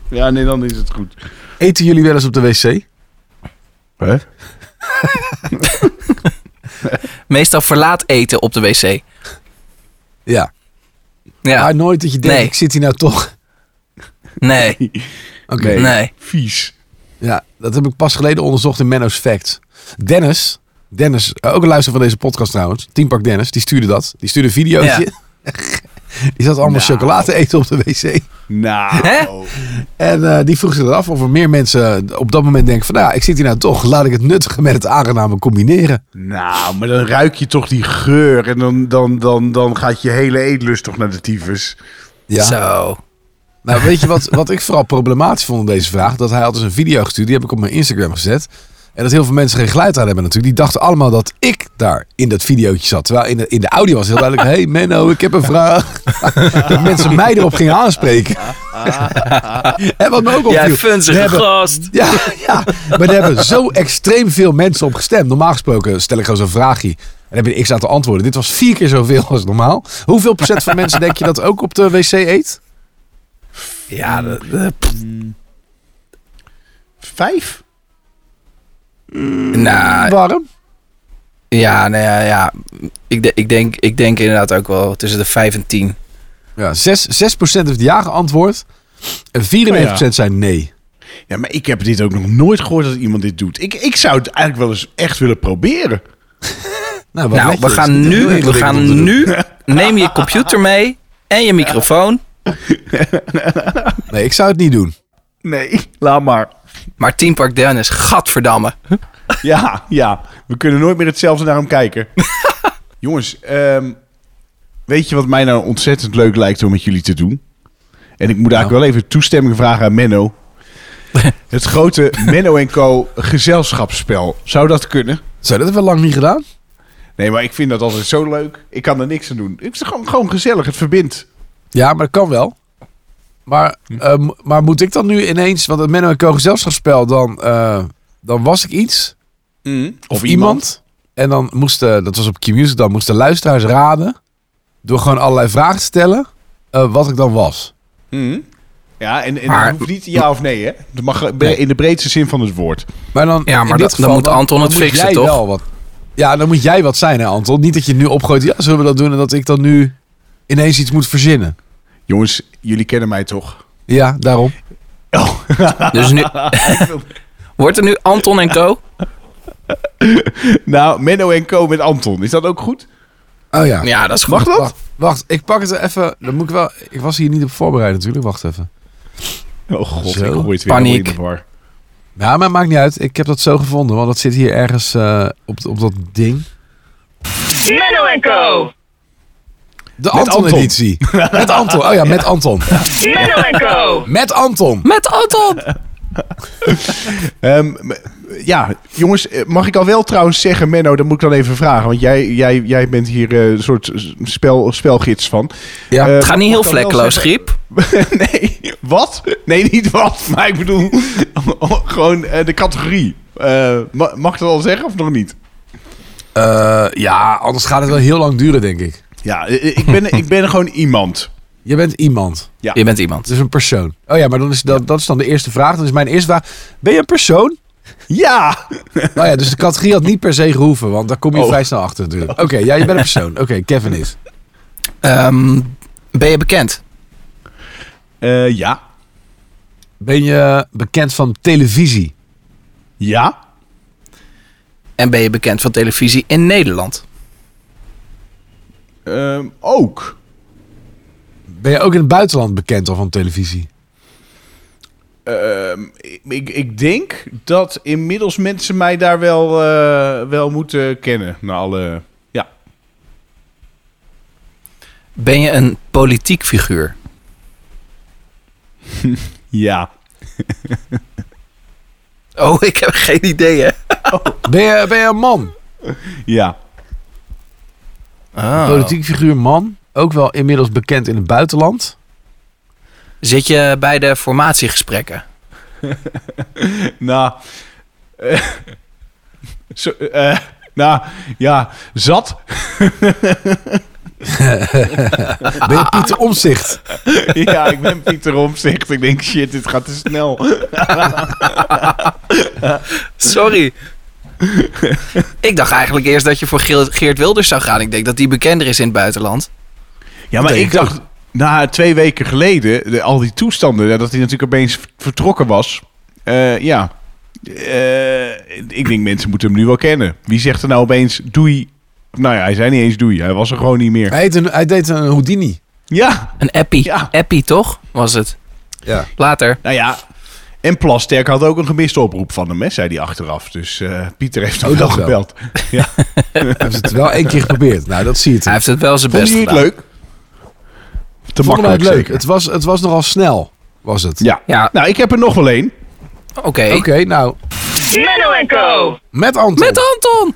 Speaker 2: ja, nee, dan is het goed.
Speaker 3: Eten jullie wel eens op de wc?
Speaker 2: Hè?
Speaker 4: Meestal verlaat eten op de wc.
Speaker 3: Ja.
Speaker 4: Ja,
Speaker 3: Maar nooit dat je denkt,
Speaker 4: Nee.
Speaker 3: ik zit hier nou toch.
Speaker 4: nee,
Speaker 3: Oké.
Speaker 2: Nee.
Speaker 4: nee.
Speaker 2: Vies.
Speaker 3: Ja, dat heb ik pas geleden onderzocht in Menno's Facts. Dennis, Dennis, eh, ook een luisteraar van deze podcast trouwens, Teampak Dennis, die stuurde dat. Die stuurde een videootje. die zat allemaal
Speaker 2: Nou.
Speaker 3: chocolade te eten op de wc.
Speaker 2: Nou.
Speaker 4: Hè?
Speaker 3: En eh, die vroeg zich eraf of er meer mensen op dat moment denken van, nou, ik zit hier nou toch, laat ik het nuttige met het aangename combineren.
Speaker 2: Nou, maar dan ruik je toch die geur en dan, dan, dan, dan gaat je hele eetlust toch naar de tyfus.
Speaker 3: Ja.
Speaker 4: Zo.
Speaker 3: Nou, weet je wat, wat ik vooral problematisch vond in deze vraag? Dat hij had dus een video gestuurd, die heb ik op mijn Instagram gezet. En dat heel veel mensen geen geluid aan hebben natuurlijk. Die dachten allemaal dat ik daar in dat videootje zat. Terwijl in de, in de audio was heel duidelijk... hey Menno, ik heb een vraag. dat mensen mij erop gingen aanspreken. en wat me ook opviel...
Speaker 4: Jij
Speaker 3: we
Speaker 4: funzige
Speaker 3: hebben-
Speaker 4: gast.
Speaker 3: ja, ja, maar daar hebben zo extreem veel mensen op gestemd. Normaal gesproken stel ik gewoon zo'n vraagje. En dan heb je een x aantal antwoorden. Dit was vier keer zoveel als normaal. Hoeveel procent van mensen denk je dat ook op de wc eet? Eh,
Speaker 4: Ja, dat- dat-
Speaker 2: Vijf?
Speaker 4: nou,
Speaker 3: Warm?
Speaker 4: ja, nou ja, ja. Ik, de- ik, denk, ik denk inderdaad ook wel tussen de 5 en 10.
Speaker 3: Ja, 6, 6% heeft ja geantwoord. En 94% zei nee.
Speaker 2: Ja, maar ik heb dit ook nog nooit gehoord dat iemand dit doet. Ik, ik zou het eigenlijk wel eens echt willen proberen.
Speaker 3: Nou, wat
Speaker 4: Nou,
Speaker 3: netjes.
Speaker 4: we
Speaker 3: Dit
Speaker 4: gaan
Speaker 3: is heel
Speaker 4: nu, we
Speaker 3: ingewikkeld om te
Speaker 4: gaan
Speaker 3: doen.
Speaker 4: nu, neem je computer mee en je microfoon.
Speaker 3: Nee, ik zou het niet doen.
Speaker 2: Nee, laat maar.
Speaker 4: Maar Team Park Dennis, gadverdamme.
Speaker 2: Ja, ja. We kunnen nooit meer hetzelfde naar hem kijken. Jongens, ehm, weet je wat mij nou ontzettend leuk lijkt om met jullie te doen? En ik moet eigenlijk wel even toestemming vragen aan Menno. Het grote Menno Co. gezelschapsspel. Zou dat kunnen?
Speaker 3: Zo, dat hebben we lang niet gedaan.
Speaker 2: Nee, maar ik vind dat altijd zo leuk. Ik kan er niks aan doen. Het is gewoon, gewoon gezellig. Het verbindt.
Speaker 3: Ja, maar dat kan wel. Maar,
Speaker 4: Hm.
Speaker 3: eh, mo- maar moet ik dan nu ineens... Want het Menno en Co gezelschapsspel, dan, eh, dan was ik iets.
Speaker 4: Hm.
Speaker 2: Of,
Speaker 3: En dan moesten, dat was op Q-Music dan, moesten luisteraars raden... door gewoon allerlei vragen te stellen eh, wat ik dan was.
Speaker 2: Mhm. Ja, en, en
Speaker 4: Maar-
Speaker 2: dat hoeft niet ja of nee, hè? Dat mag eh,
Speaker 3: Nee.
Speaker 2: in de breedste zin van het woord.
Speaker 3: Maar dan,
Speaker 4: Ja, maar
Speaker 3: in dit
Speaker 4: dat- dan
Speaker 3: geval,
Speaker 4: moet Anton het
Speaker 3: moet
Speaker 4: fixen,
Speaker 3: jij
Speaker 4: toch?
Speaker 3: wel wat- ja, dan moet jij wat zijn, hè, Anton. Niet dat je nu opgooit, ja, zullen we dat doen en dat ik dan nu ineens iets moet verzinnen.
Speaker 2: Jongens, jullie kennen mij toch?
Speaker 3: Ja, daarom.
Speaker 4: Dus nu, wordt er nu Anton en Co?
Speaker 2: Nou, Menno en Co met Anton. Is dat ook goed?
Speaker 3: Oh ja.
Speaker 4: Ja, dat is goed.
Speaker 2: Mag dat?
Speaker 3: Wacht, wacht, ik pak het er even. Dan moet ik wel. Ik was hier niet op voorbereid natuurlijk. Wacht even.
Speaker 2: Oh god,
Speaker 3: Zo.
Speaker 2: ik gooi het weer
Speaker 4: Paniek.
Speaker 2: helemaal in de war.
Speaker 3: Ja, maar maakt niet uit. Ik heb dat zo gevonden, want dat zit hier ergens eh, op, op dat ding.
Speaker 1: Menno en Co.
Speaker 3: De
Speaker 2: Met Anton.
Speaker 3: Anton-editie. Met Anton. Oh ja, met Anton.
Speaker 1: Menno en Co.
Speaker 3: Met Anton.
Speaker 4: Met Anton!
Speaker 2: Ehm, m- ja, jongens, eh, mag ik al wel trouwens zeggen, Menno, dat moet ik dan even vragen. Want jij, jij, jij bent hier eh, een soort s- spel, spelgids van.
Speaker 3: Ja.
Speaker 2: Eh,
Speaker 4: Het gaat niet
Speaker 2: mag
Speaker 4: heel
Speaker 2: ik dan wel
Speaker 4: vlekkeloos, Griep.
Speaker 2: zeggen- nee, wat? Nee, niet wat, maar ik bedoel gewoon eh, de categorie. Eh, ma- mag ik dat al zeggen of nog niet?
Speaker 3: Eh, ja, anders gaat het wel heel lang duren, denk ik.
Speaker 2: Ja, eh, ik ben, ik ben gewoon iemand.
Speaker 3: Je bent iemand.
Speaker 4: Je bent iemand.
Speaker 3: Het is een persoon. Oh ja, maar dan is dat, dat is dan de eerste vraag. Dan is mijn eerste vraag. Ben je een persoon?
Speaker 2: Ja!
Speaker 3: Nou ja, dus de categorie had niet per se gehoeven, want daar kom je
Speaker 2: Oh.
Speaker 3: vrij snel achter natuurlijk. Oké, ja, je bent een persoon. Oké, Kevin is.
Speaker 4: Ehm, ben je bekend?
Speaker 2: Eh, ja.
Speaker 3: Ben je bekend van televisie?
Speaker 2: Ja.
Speaker 4: En ben je bekend van televisie in Nederland?
Speaker 2: Ehm, ook.
Speaker 3: Ben je ook in het buitenland bekend al van televisie?
Speaker 2: Ehm, ik, ik denk dat inmiddels mensen mij daar wel, eh, wel moeten kennen. Na alle... Ja.
Speaker 4: Ben je een politiek figuur?
Speaker 2: Ja.
Speaker 4: Oh, ik heb geen idee, hè?
Speaker 3: Ben je, ben je een man?
Speaker 2: Ja.
Speaker 4: Ah.
Speaker 3: Politiek figuur man. Ook wel inmiddels bekend in het buitenland.
Speaker 4: Zit je bij de formatiegesprekken?
Speaker 2: Nou... eh, zo, eh, nou, ja. Zat.
Speaker 3: Ben je Pieter Omzicht?
Speaker 2: ja, ik ben Pieter Omzicht. Ik denk, shit, dit gaat te snel.
Speaker 4: Sorry. ik dacht eigenlijk eerst dat je voor Geel- Geert Wilders zou gaan. Ik denk dat die bekender is in het buitenland.
Speaker 2: Ja, maar
Speaker 4: denk
Speaker 2: ik
Speaker 4: ik ook.
Speaker 2: dacht, na twee weken geleden, de- al die toestanden, ja, dat hij natuurlijk opeens v- vertrokken was. Eh, ja, Eh, ik denk mensen moeten hem nu wel kennen. Wie zegt er nou opeens doei? Nou ja, hij zei niet eens doei. Hij was er gewoon niet meer.
Speaker 3: Hij, heet een, hij deed een Houdini.
Speaker 2: Ja,
Speaker 4: Een appie.
Speaker 2: Ja.
Speaker 4: Appie, toch? Was het.
Speaker 3: Ja.
Speaker 4: Later.
Speaker 2: nou ja. En Plasterk had ook een gemiste oproep van hem, hè, zei hij achteraf. Dus eh, Pieter heeft hem
Speaker 3: Oh,
Speaker 2: wel
Speaker 3: dat wel.
Speaker 2: gebeld. Ja.
Speaker 3: Hebben ze het wel één keer geprobeerd. Nou, dat zie je
Speaker 4: Hij
Speaker 3: toch.
Speaker 4: heeft het wel zijn
Speaker 2: Vond
Speaker 4: best
Speaker 2: je het
Speaker 4: gedaan.
Speaker 2: leuk?
Speaker 3: Vonden wij
Speaker 2: Te makkelijk
Speaker 3: het leuk.
Speaker 2: zeker?
Speaker 3: Het was, het was nogal snel, was het.
Speaker 2: Ja.
Speaker 4: Ja.
Speaker 2: Nou, ik heb er nog wel één.
Speaker 4: Oké.
Speaker 3: Oké, nou,
Speaker 1: Menno and Go!
Speaker 3: met Anton.
Speaker 4: Met Anton!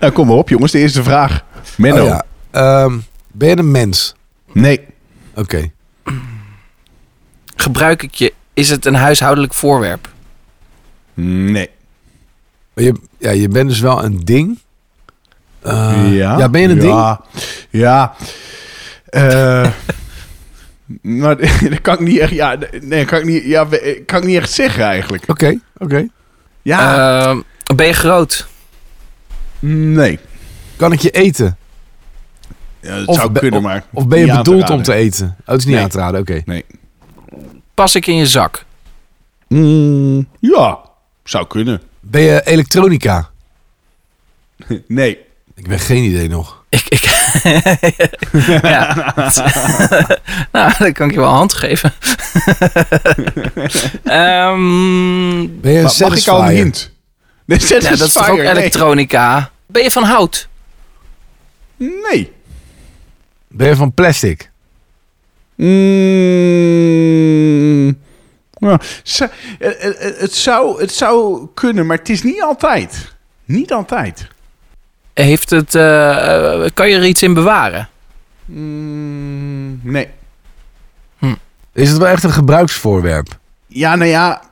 Speaker 2: Nou, kom maar op jongens. De eerste vraag. Menno.
Speaker 3: Oh ja. Ehm, ben je een mens?
Speaker 2: Nee.
Speaker 3: Oké.
Speaker 4: Gebruik ik je? Is het een huishoudelijk voorwerp?
Speaker 2: Nee.
Speaker 3: Maar je, ja, je bent dus wel een ding. Eh, ja, ben je een ding?
Speaker 2: ja. Ja. Eh, nou, dat kan ik niet echt. Ja, nee, kan ik niet, ja, we- eh, kan ik niet echt zeggen eigenlijk.
Speaker 3: Oké, oké.
Speaker 2: Ja.
Speaker 4: Ehm, ben je groot?
Speaker 2: nee.
Speaker 3: Kan ik je eten?
Speaker 2: Ja, dat
Speaker 3: of
Speaker 2: zou
Speaker 3: be-
Speaker 2: kunnen,
Speaker 3: of-
Speaker 2: maar.
Speaker 3: Of ben je
Speaker 2: niet aan
Speaker 3: bedoeld om
Speaker 2: raden.
Speaker 3: te eten? Oh, het is niet
Speaker 2: Nee.
Speaker 3: aan te raden, oké.
Speaker 2: Nee.
Speaker 4: Pas ik in je zak?
Speaker 2: Mm, ja, zou kunnen.
Speaker 3: Ben je elektronica?
Speaker 2: Nee.
Speaker 3: Ik ben geen idee nog.
Speaker 4: Ik, ik, ja. nou, dan kan ik je wel een hand geven. Ehm,
Speaker 3: Ben je een
Speaker 2: Maar mag ik al een
Speaker 3: satisfier?
Speaker 2: hint? Nee,
Speaker 4: ja, dat is toch ook elektronica? Ben je van hout?
Speaker 2: Nee. nee.
Speaker 3: Ben je van plastic?
Speaker 2: Mm, nou, zou- eh, eh, eh, het, zou, het zou kunnen, maar het is niet altijd. Niet altijd.
Speaker 4: Heeft het, eh, eh, kan je er iets in bewaren?
Speaker 2: Mm, nee.
Speaker 3: Is het wel echt een gebruiksvoorwerp?
Speaker 2: Ja, nou ja.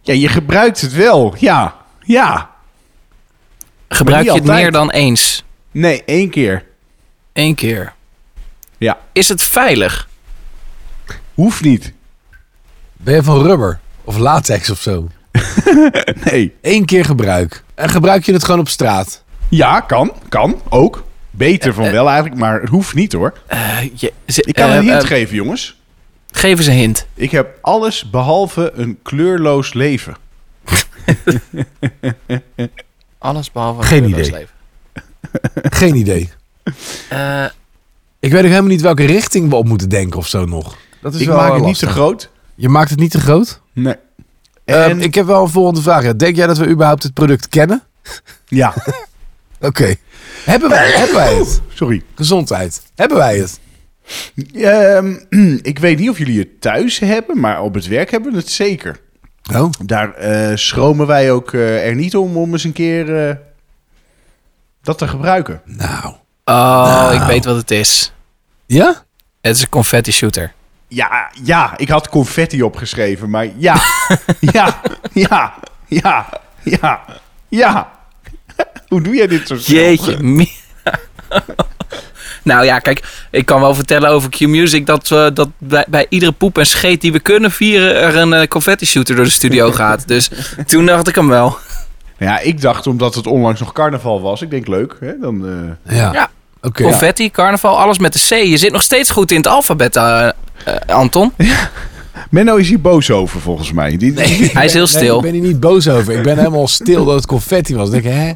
Speaker 2: Ja, je gebruikt het wel. Ja. Ja.
Speaker 4: Gebruik
Speaker 2: niet
Speaker 4: je het
Speaker 2: altijd.
Speaker 4: meer dan eens?
Speaker 2: Nee, één keer.
Speaker 4: Eén keer.
Speaker 2: Ja.
Speaker 4: Is het veilig?
Speaker 2: Hoeft niet.
Speaker 3: Ben je van rubber? Of latex of zo?
Speaker 2: Nee.
Speaker 3: Eén keer gebruik. En gebruik je het gewoon op straat?
Speaker 2: Ja, kan. Kan. Ook. Beter
Speaker 3: Eh,
Speaker 2: van wel eigenlijk, maar het hoeft niet hoor.
Speaker 4: Eh, je- ze-
Speaker 2: Ik kan
Speaker 4: eh,
Speaker 2: een hint
Speaker 4: eh,
Speaker 2: geven, jongens.
Speaker 4: geef eens een hint.
Speaker 2: Ik heb alles behalve een kleurloos leven.
Speaker 4: Alles behalve
Speaker 3: Geen
Speaker 4: een kleurloos
Speaker 3: idee.
Speaker 4: leven.
Speaker 3: Geen idee.
Speaker 4: Eh,
Speaker 3: Ik weet ook helemaal niet welke richting we op moeten denken of zo nog. Dat is
Speaker 2: Ik
Speaker 3: wel
Speaker 2: maak
Speaker 3: eh,
Speaker 2: het niet
Speaker 3: lastig.
Speaker 2: te groot.
Speaker 3: Je maakt het niet te groot?
Speaker 2: Nee.
Speaker 3: Ehm,
Speaker 2: En-
Speaker 3: ik heb wel een volgende vraag. ja. Denk jij dat we überhaupt het product kennen?
Speaker 2: Ja.
Speaker 3: Oké. Hebben, wij, hebben wij het?
Speaker 2: Sorry.
Speaker 3: Gezondheid. Hebben wij het?
Speaker 2: Ehm, ik weet niet of jullie het thuis hebben, maar op het werk hebben we het zeker.
Speaker 3: Oh.
Speaker 2: Daar eh, schromen wij ook eh, er niet om om eens een keer eh, dat te gebruiken.
Speaker 3: Nou.
Speaker 4: oh,
Speaker 2: Nou.
Speaker 4: ik weet wat het is.
Speaker 3: Ja?
Speaker 4: Het is een confetti shooter.
Speaker 2: Ja, ja, ik had confetti opgeschreven, maar ja, ja, ja, ja, ja, ja. Hoe doe jij dit zo snel?
Speaker 4: Jeetje. mi- Nou ja, kijk, ik kan wel vertellen over Q-Music dat, we dat bij, bij iedere poep en scheet die we kunnen vieren er een eh, confetti shooter door de studio gaat. Dus toen dacht ik hem wel.
Speaker 2: Ja, ik dacht omdat het onlangs nog carnaval was. Ik denk leuk. Hè? Dan, eh,
Speaker 3: Ja.
Speaker 4: Ja.
Speaker 3: Oké.
Speaker 4: Confetti, carnaval, alles met de C. Je zit nog steeds goed in het alfabet, eh, eh, Anton.
Speaker 2: Menno is hier boos over volgens mij. Die,
Speaker 4: Hij is heel
Speaker 3: Nee,
Speaker 4: stil.
Speaker 3: ik ben hier niet boos over. Ik ben helemaal stil dat het confetti was. Ik denk, hè?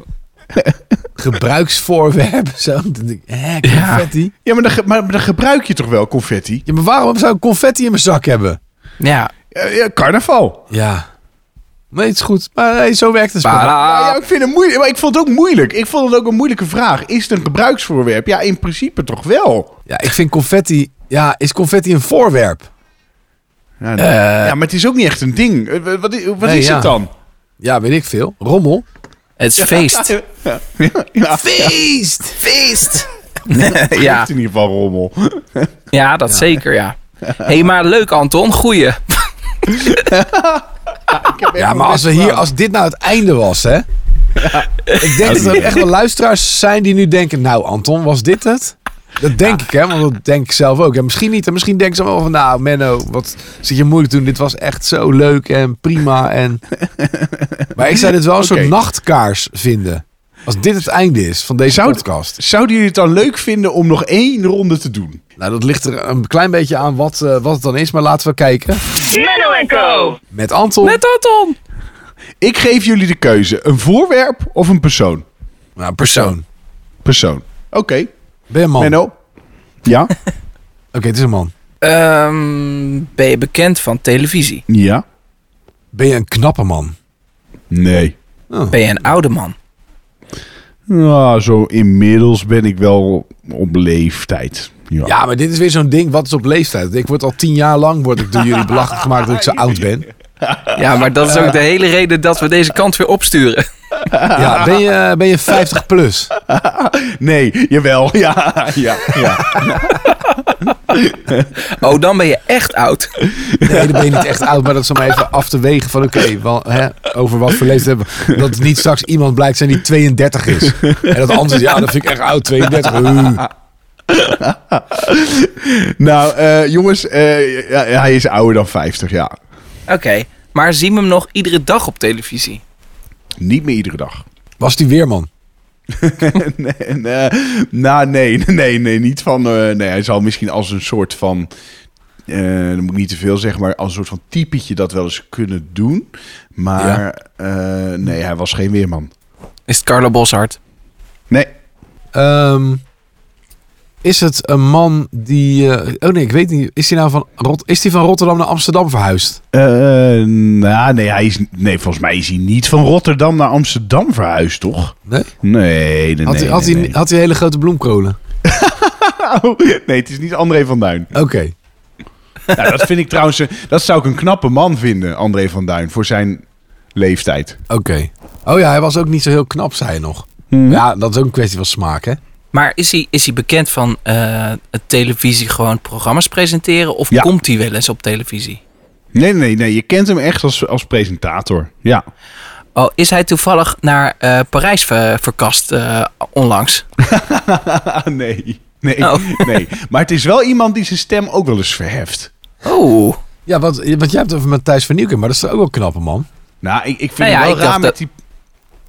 Speaker 3: Gebruiksvoorwerp. Zo. Dan denk ik, hè, confetti? Ja.
Speaker 2: Ja, maar dan, ge- maar maar dan gebruik je toch wel confetti?
Speaker 3: maar waarom zou ik confetti in mijn zak hebben?
Speaker 4: Ja.
Speaker 2: Eh, ja, carnaval.
Speaker 3: Ja. Nee, het is goed. Maar hey, zo werkt het. dus spel.
Speaker 2: Ja,
Speaker 4: Para.
Speaker 2: ja, ik, vind het moeilijk, maar ik vond het ook moeilijk. Ik vond het ook een moeilijke vraag. Is het een gebruiksvoorwerp? Ja, in principe toch wel.
Speaker 3: Ja, ik vind confetti... Ja, is confetti een voorwerp?
Speaker 2: Ja, ja, maar het is ook niet echt een ding. Eh, Wat, wat, wat
Speaker 3: Eh. Nee,
Speaker 2: is
Speaker 3: ja.
Speaker 2: het dan?
Speaker 3: Ja, weet ik veel. Rommel.
Speaker 4: Het is feest.
Speaker 2: Ja, ja, ja.
Speaker 3: Feest! Feest!
Speaker 4: Ja,
Speaker 2: Heeft in ieder geval rommel.
Speaker 4: ja dat zeker, ja. Hé, hey, maar leuk Anton, goeie.
Speaker 3: Ja, maar als, we hier, als dit nou het einde was, hè? Ik denk dat er echt wel luisteraars zijn die nu denken... Nou, Anton, was dit het? Dat denk ik, hè? Want dat denk ik zelf ook. En misschien niet. En misschien denken ze wel van... Nou, Menno, wat zit je moeilijk te doen? Dit was echt zo leuk en prima. En... Maar ik zou dit wel een soort
Speaker 2: Oké.
Speaker 3: nachtkaars vinden. Als dit het einde is van deze
Speaker 2: Zou-
Speaker 3: podcast.
Speaker 2: Zouden jullie het dan leuk vinden om nog één ronde te doen?
Speaker 3: Nou, dat ligt er een klein beetje aan wat, eh, wat het dan is. Maar laten we kijken.
Speaker 1: Menno en Co.
Speaker 3: Met Anton.
Speaker 4: Met Anton.
Speaker 2: Ik geef jullie de keuze. Een voorwerp of een persoon?
Speaker 3: Nou, persoon.
Speaker 2: Persoon. Oké.
Speaker 3: Ben je een man? Oké,
Speaker 2: Menno? Ja?
Speaker 3: het is een man.
Speaker 4: Ehm, ben je bekend van televisie?
Speaker 2: ja?
Speaker 3: Ben je een knappe man?
Speaker 2: Nee.
Speaker 4: Ben je een oude man?
Speaker 2: Nou, zo inmiddels ben ik wel op leeftijd. Ja.
Speaker 3: Ja, maar dit is weer zo'n ding. Wat is op leeftijd? Ik word al tien jaar lang word ik door jullie belachelijk gemaakt dat ik zo oud ben.
Speaker 4: Ja, maar dat is ook de hele reden dat we deze kant weer opsturen.
Speaker 3: Ja, ben je, ben je 50 plus?
Speaker 2: Nee, jawel. Ja, ja, ja.
Speaker 4: Oh, dan ben je echt oud.
Speaker 3: Nee, dan ben je niet echt oud. Maar dat is om even af te wegen van oké, wel, hè, over wat voor leeftijd hebben we. Dat het niet straks iemand blijkt zijn die 32 is. En dat anders, ja, dat vind ik echt oud, 32. Oeh.
Speaker 2: Nou, eh, jongens, eh, ja, hij is ouder dan 50, ja.
Speaker 4: Oké, maar zien we hem nog iedere dag op televisie?
Speaker 2: Niet meer iedere dag.
Speaker 3: Was die weerman?
Speaker 2: nee, nee, nou, nee, nee, nee, niet van... eh, nee, hij zal misschien als een soort van... eh dan moet ik niet te veel zeggen, maar als een soort van typetje dat wel eens kunnen doen. Maar eh, nee, hij was geen weerman.
Speaker 4: Is het Carlo Boshart?
Speaker 2: Nee,
Speaker 3: Ehm, is het een man die... eh, oh nee, ik weet niet. Is die nou van, Rot, is die van Rotterdam naar Amsterdam verhuisd?
Speaker 2: Eh, nou, nee, hij is, nee, volgens mij is hij niet van Rotterdam naar Amsterdam verhuisd, toch?
Speaker 3: Nee?
Speaker 2: Nee, nee,
Speaker 3: Had,
Speaker 2: nee.
Speaker 3: hij, had,
Speaker 2: nee,
Speaker 3: hij,
Speaker 2: nee.
Speaker 3: had hij hele grote bloemkolen?
Speaker 2: Oh, nee, het is niet André van Duin.
Speaker 3: Oké.
Speaker 2: Nou, dat vind ik trouwens... eh, Dat zou ik een knappe man vinden, André van Duin, voor zijn leeftijd.
Speaker 3: Oké. Oh ja, hij was ook niet zo heel knap, zei hij nog.
Speaker 4: Hmm. Hm?
Speaker 3: Ja, dat is ook een kwestie van smaak, hè?
Speaker 4: Maar is hij, is hij bekend van eh, het televisie gewoon programma's presenteren? Of
Speaker 2: Ja.
Speaker 4: komt hij wel eens op televisie?
Speaker 2: Nee, nee, nee. Je kent hem echt als, als presentator. Ja.
Speaker 4: Oh, is hij toevallig naar eh, Parijs ver- verkast eh, onlangs?
Speaker 2: Ah, nee. Nee,
Speaker 4: Oh.
Speaker 2: nee. Maar het is wel iemand die zijn stem ook wel eens verheft.
Speaker 4: Oh,
Speaker 3: Ja, want, want jij hebt het over Matthijs van Nieuwkerk, maar dat is toch ook wel een knappe man.
Speaker 2: Nou, ik, ik vind
Speaker 4: Nou ja,
Speaker 2: het wel
Speaker 4: ik
Speaker 2: raar
Speaker 4: dacht
Speaker 2: met
Speaker 4: dat-
Speaker 2: die...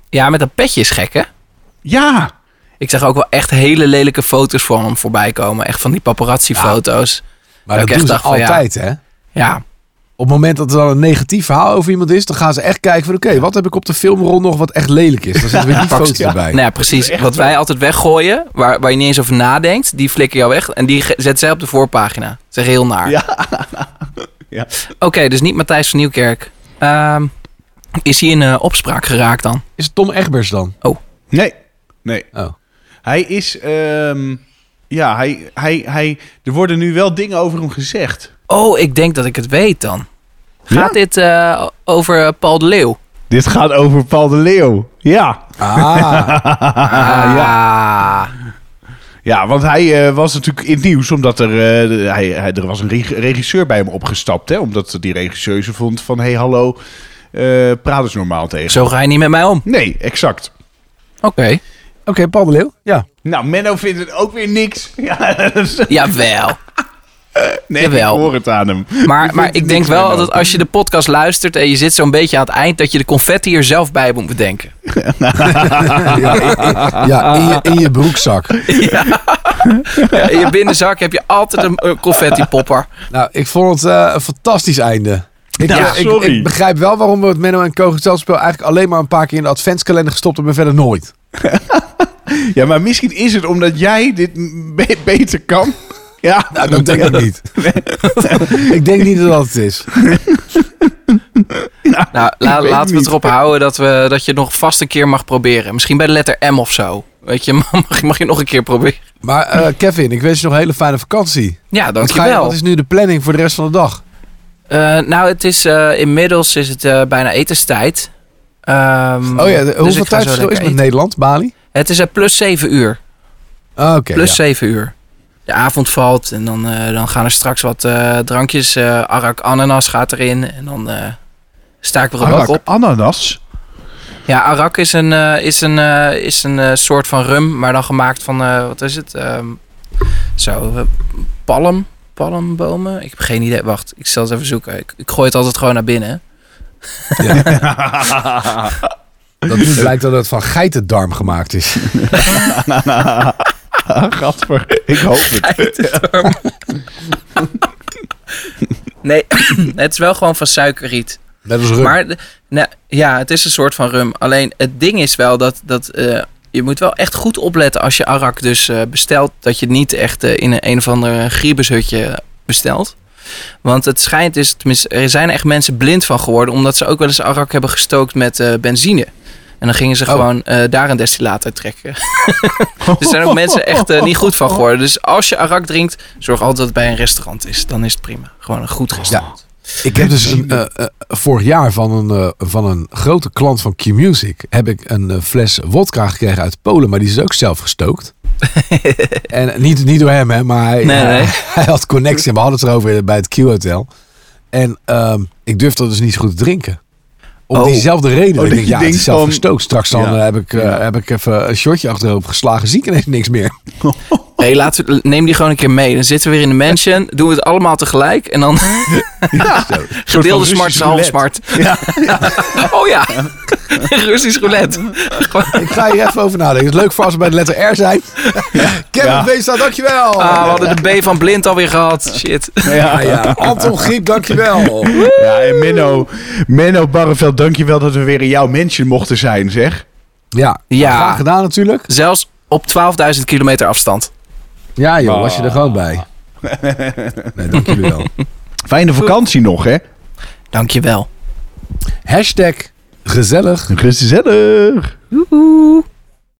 Speaker 4: ja, met dat petje is gek, hè?
Speaker 2: Ja!
Speaker 4: Ik zag ook wel echt hele lelijke foto's van hem voorbij komen. Echt van die paparazzi-foto's.
Speaker 3: Maar
Speaker 4: Ja,
Speaker 3: dat
Speaker 4: ik
Speaker 3: doen ze
Speaker 4: dacht van, ja.
Speaker 3: altijd, hè?
Speaker 4: Ja.
Speaker 3: Op het moment dat er dan een negatief verhaal over iemand is, dan gaan ze echt kijken van... Oké, wat heb ik op de filmrol nog wat echt lelijk is? Dan zitten weer die foto's erbij.
Speaker 4: Nou ja, precies. Wat wij altijd weggooien, waar, waar je niet eens over nadenkt, die flikker jou weg. En die ge- zet zij op de voorpagina. Dat is echt heel naar.
Speaker 2: Ja.
Speaker 4: Oké, dus niet Matthijs van Nieuwkerk. Ehm, is hij in eh, opspraak geraakt dan?
Speaker 3: Is het Tom Egbers dan?
Speaker 2: Nee. Nee.
Speaker 3: Oh.
Speaker 2: Hij is... ehm, ja, hij, hij, hij... Er worden nu wel dingen over hem gezegd.
Speaker 4: Oh, ik denk dat ik het weet dan. Gaat dit eh, over eh, Paul de Leeuw?
Speaker 2: Dit gaat over Paul de Leeuw. Ja.
Speaker 3: Ah,
Speaker 4: Ah,
Speaker 2: Ja, want hij eh, was natuurlijk in het nieuws omdat er, eh, de- hij, hij- er was een reg- regisseur bij hem opgestapt. Hè, omdat die regisseur ze vond van, hé hey, hallo, eh, praat eens normaal tegen.
Speaker 4: Zo ga je niet met mij om.
Speaker 2: Nee, exact.
Speaker 4: Oké.
Speaker 3: oké, Paul de Leeuw. Ja.
Speaker 2: Nou, Menno vindt het ook weer niks. Ja, dat is-
Speaker 4: Jawel.
Speaker 2: nee,
Speaker 4: Jawel.
Speaker 2: ik hoor het aan hem.
Speaker 4: Maar, maar
Speaker 2: vindt
Speaker 4: ik
Speaker 2: het
Speaker 4: denk
Speaker 2: niks,
Speaker 4: wel
Speaker 2: Menno.
Speaker 4: dat als je de podcast luistert en je zit zo'n beetje aan het eind, dat je de confetti er zelf bij moet bedenken.
Speaker 3: Ja, in je, in je broekzak.
Speaker 4: Ja, in je binnenzak heb je altijd een eh, confetti-popper.
Speaker 3: Nou, ik vond het eh, een fantastisch einde. Ik,
Speaker 2: Nou,
Speaker 3: eh, ik- Ik,
Speaker 2: sorry.
Speaker 3: begrijp wel waarom we het Menno en Koog spel eigenlijk alleen maar een paar keer in de adventskalender gestopt hebben en verder nooit.
Speaker 2: Ja, maar misschien is het omdat jij dit m- be- beter kan. Ja,
Speaker 3: Nou, dat denk ik niet. ik denk niet dat dat het is.
Speaker 4: Nou, la-
Speaker 2: weet
Speaker 4: laten we het
Speaker 2: niet.
Speaker 4: erop houden dat, we, dat je nog vast een keer mag proberen. Misschien bij de letter M of zo. Weet je, mag, je- mag je nog een keer proberen.
Speaker 3: Maar eh, Kevin, ik wens je nog een hele fijne vakantie.
Speaker 4: Ja,
Speaker 3: Wat, ga je,
Speaker 4: dankjewel.
Speaker 3: wat is nu de planning voor de rest van de dag?
Speaker 4: Eh, nou, het is eh, inmiddels is het eh, bijna etenstijd. Ehm,
Speaker 3: Oh ja, de-
Speaker 4: dus ik
Speaker 3: hoeveel
Speaker 4: ga zo
Speaker 3: tijdverschil is
Speaker 4: lekker
Speaker 3: het met
Speaker 4: eten.
Speaker 3: Nederland, Bali?
Speaker 4: Het is eh, plus 7 uur.
Speaker 3: Ah, Oké.
Speaker 4: Plus
Speaker 3: ja.
Speaker 4: 7 uur. De avond valt en dan, eh, dan gaan er straks wat eh, drankjes. eh arak ananas gaat erin en dan eh, sta ik weer op
Speaker 2: Arak,
Speaker 4: op.
Speaker 2: ananas.
Speaker 4: Ja, arak is een, eh, is een, eh, is een eh, soort van rum, maar dan gemaakt van, eh, wat is het? Ehm, zo, eh, palm, palmbomen? Ik heb geen idee. Wacht, ik zal het even zoeken. Ik, ik gooi het altijd gewoon naar binnen.
Speaker 3: Dat nu blijkt dat het van geitendarm gemaakt is.
Speaker 2: Gadver, ik hoop het.
Speaker 4: nee, het is wel gewoon van suikerriet.
Speaker 3: Net als rum.
Speaker 4: Maar de- nou, ja, het is een soort van rum. Alleen het ding is wel dat, dat eh, je moet wel echt goed opletten als je arak dus eh, bestelt. Dat je het niet echt eh, in een, een of ander griebushutje bestelt. Want het schijnt is, tenminste, er zijn echt mensen blind van geworden. Omdat ze ook wel eens arak hebben gestookt met eh, benzine. En dan gingen ze
Speaker 3: Oh.
Speaker 4: gewoon eh, daar een destillaat uit trekken. dus er zijn ook mensen echt eh, niet goed van geworden. Dus als je arak drinkt, zorg altijd dat het bij een restaurant is. Dan is het prima. Gewoon een goed restaurant.
Speaker 3: Ik heb dus een, eh, eh, vorig jaar van een, eh, van een grote klant van Q-Music... heb ik een eh, fles wodka gekregen uit Polen. Maar die is dus ook zelf gestookt. en niet, niet door hem, hè, maar hij,
Speaker 4: Nee, nee.
Speaker 3: hij had connectie. en We hadden het erover bij het Q-hotel. En ehm, ik durfde dat dus niet zo goed te drinken. Om
Speaker 4: Oh.
Speaker 3: diezelfde reden.
Speaker 2: dat
Speaker 3: ik denk,
Speaker 2: je
Speaker 3: ja, het is
Speaker 2: denkt
Speaker 3: zelf
Speaker 2: van-
Speaker 3: gestookt. Straks dan
Speaker 2: Ja.
Speaker 3: eh, heb, ik, eh, heb ik even een shotje achterover geslagen. Zie ik ineens niks meer.
Speaker 4: Hé, hey, laten we- neem die gewoon een keer mee. Dan zitten we weer in de mansion, doen we het allemaal tegelijk en dan gedeelde
Speaker 2: Russisch
Speaker 4: smart is half
Speaker 2: roulette.
Speaker 4: smart. oh ja, Russisch roulette.
Speaker 3: Ik ga hier even over nadenken. Het is leuk voor als we bij de letter R zijn. Kevin
Speaker 2: Ja.
Speaker 3: Beestra, dankjewel.
Speaker 4: Ah, we hadden de B van blind alweer gehad. Shit.
Speaker 3: Ja, Ah, ja. Anton Griep, dankjewel.
Speaker 2: Ja, en Menno, Menno Barreveld, dankjewel dat we weer in jouw mansion mochten zijn, zeg.
Speaker 3: Ja,
Speaker 4: Ja.
Speaker 3: graag gedaan natuurlijk.
Speaker 4: Zelfs op 12.000 kilometer afstand.
Speaker 3: Ja joh, was je er gewoon bij. Nee, dank jullie wel.
Speaker 2: Fijne vakantie nog, hè?
Speaker 4: Dankjewel.
Speaker 3: Hashtag gezellig.
Speaker 2: Gezellig.
Speaker 4: Oeh.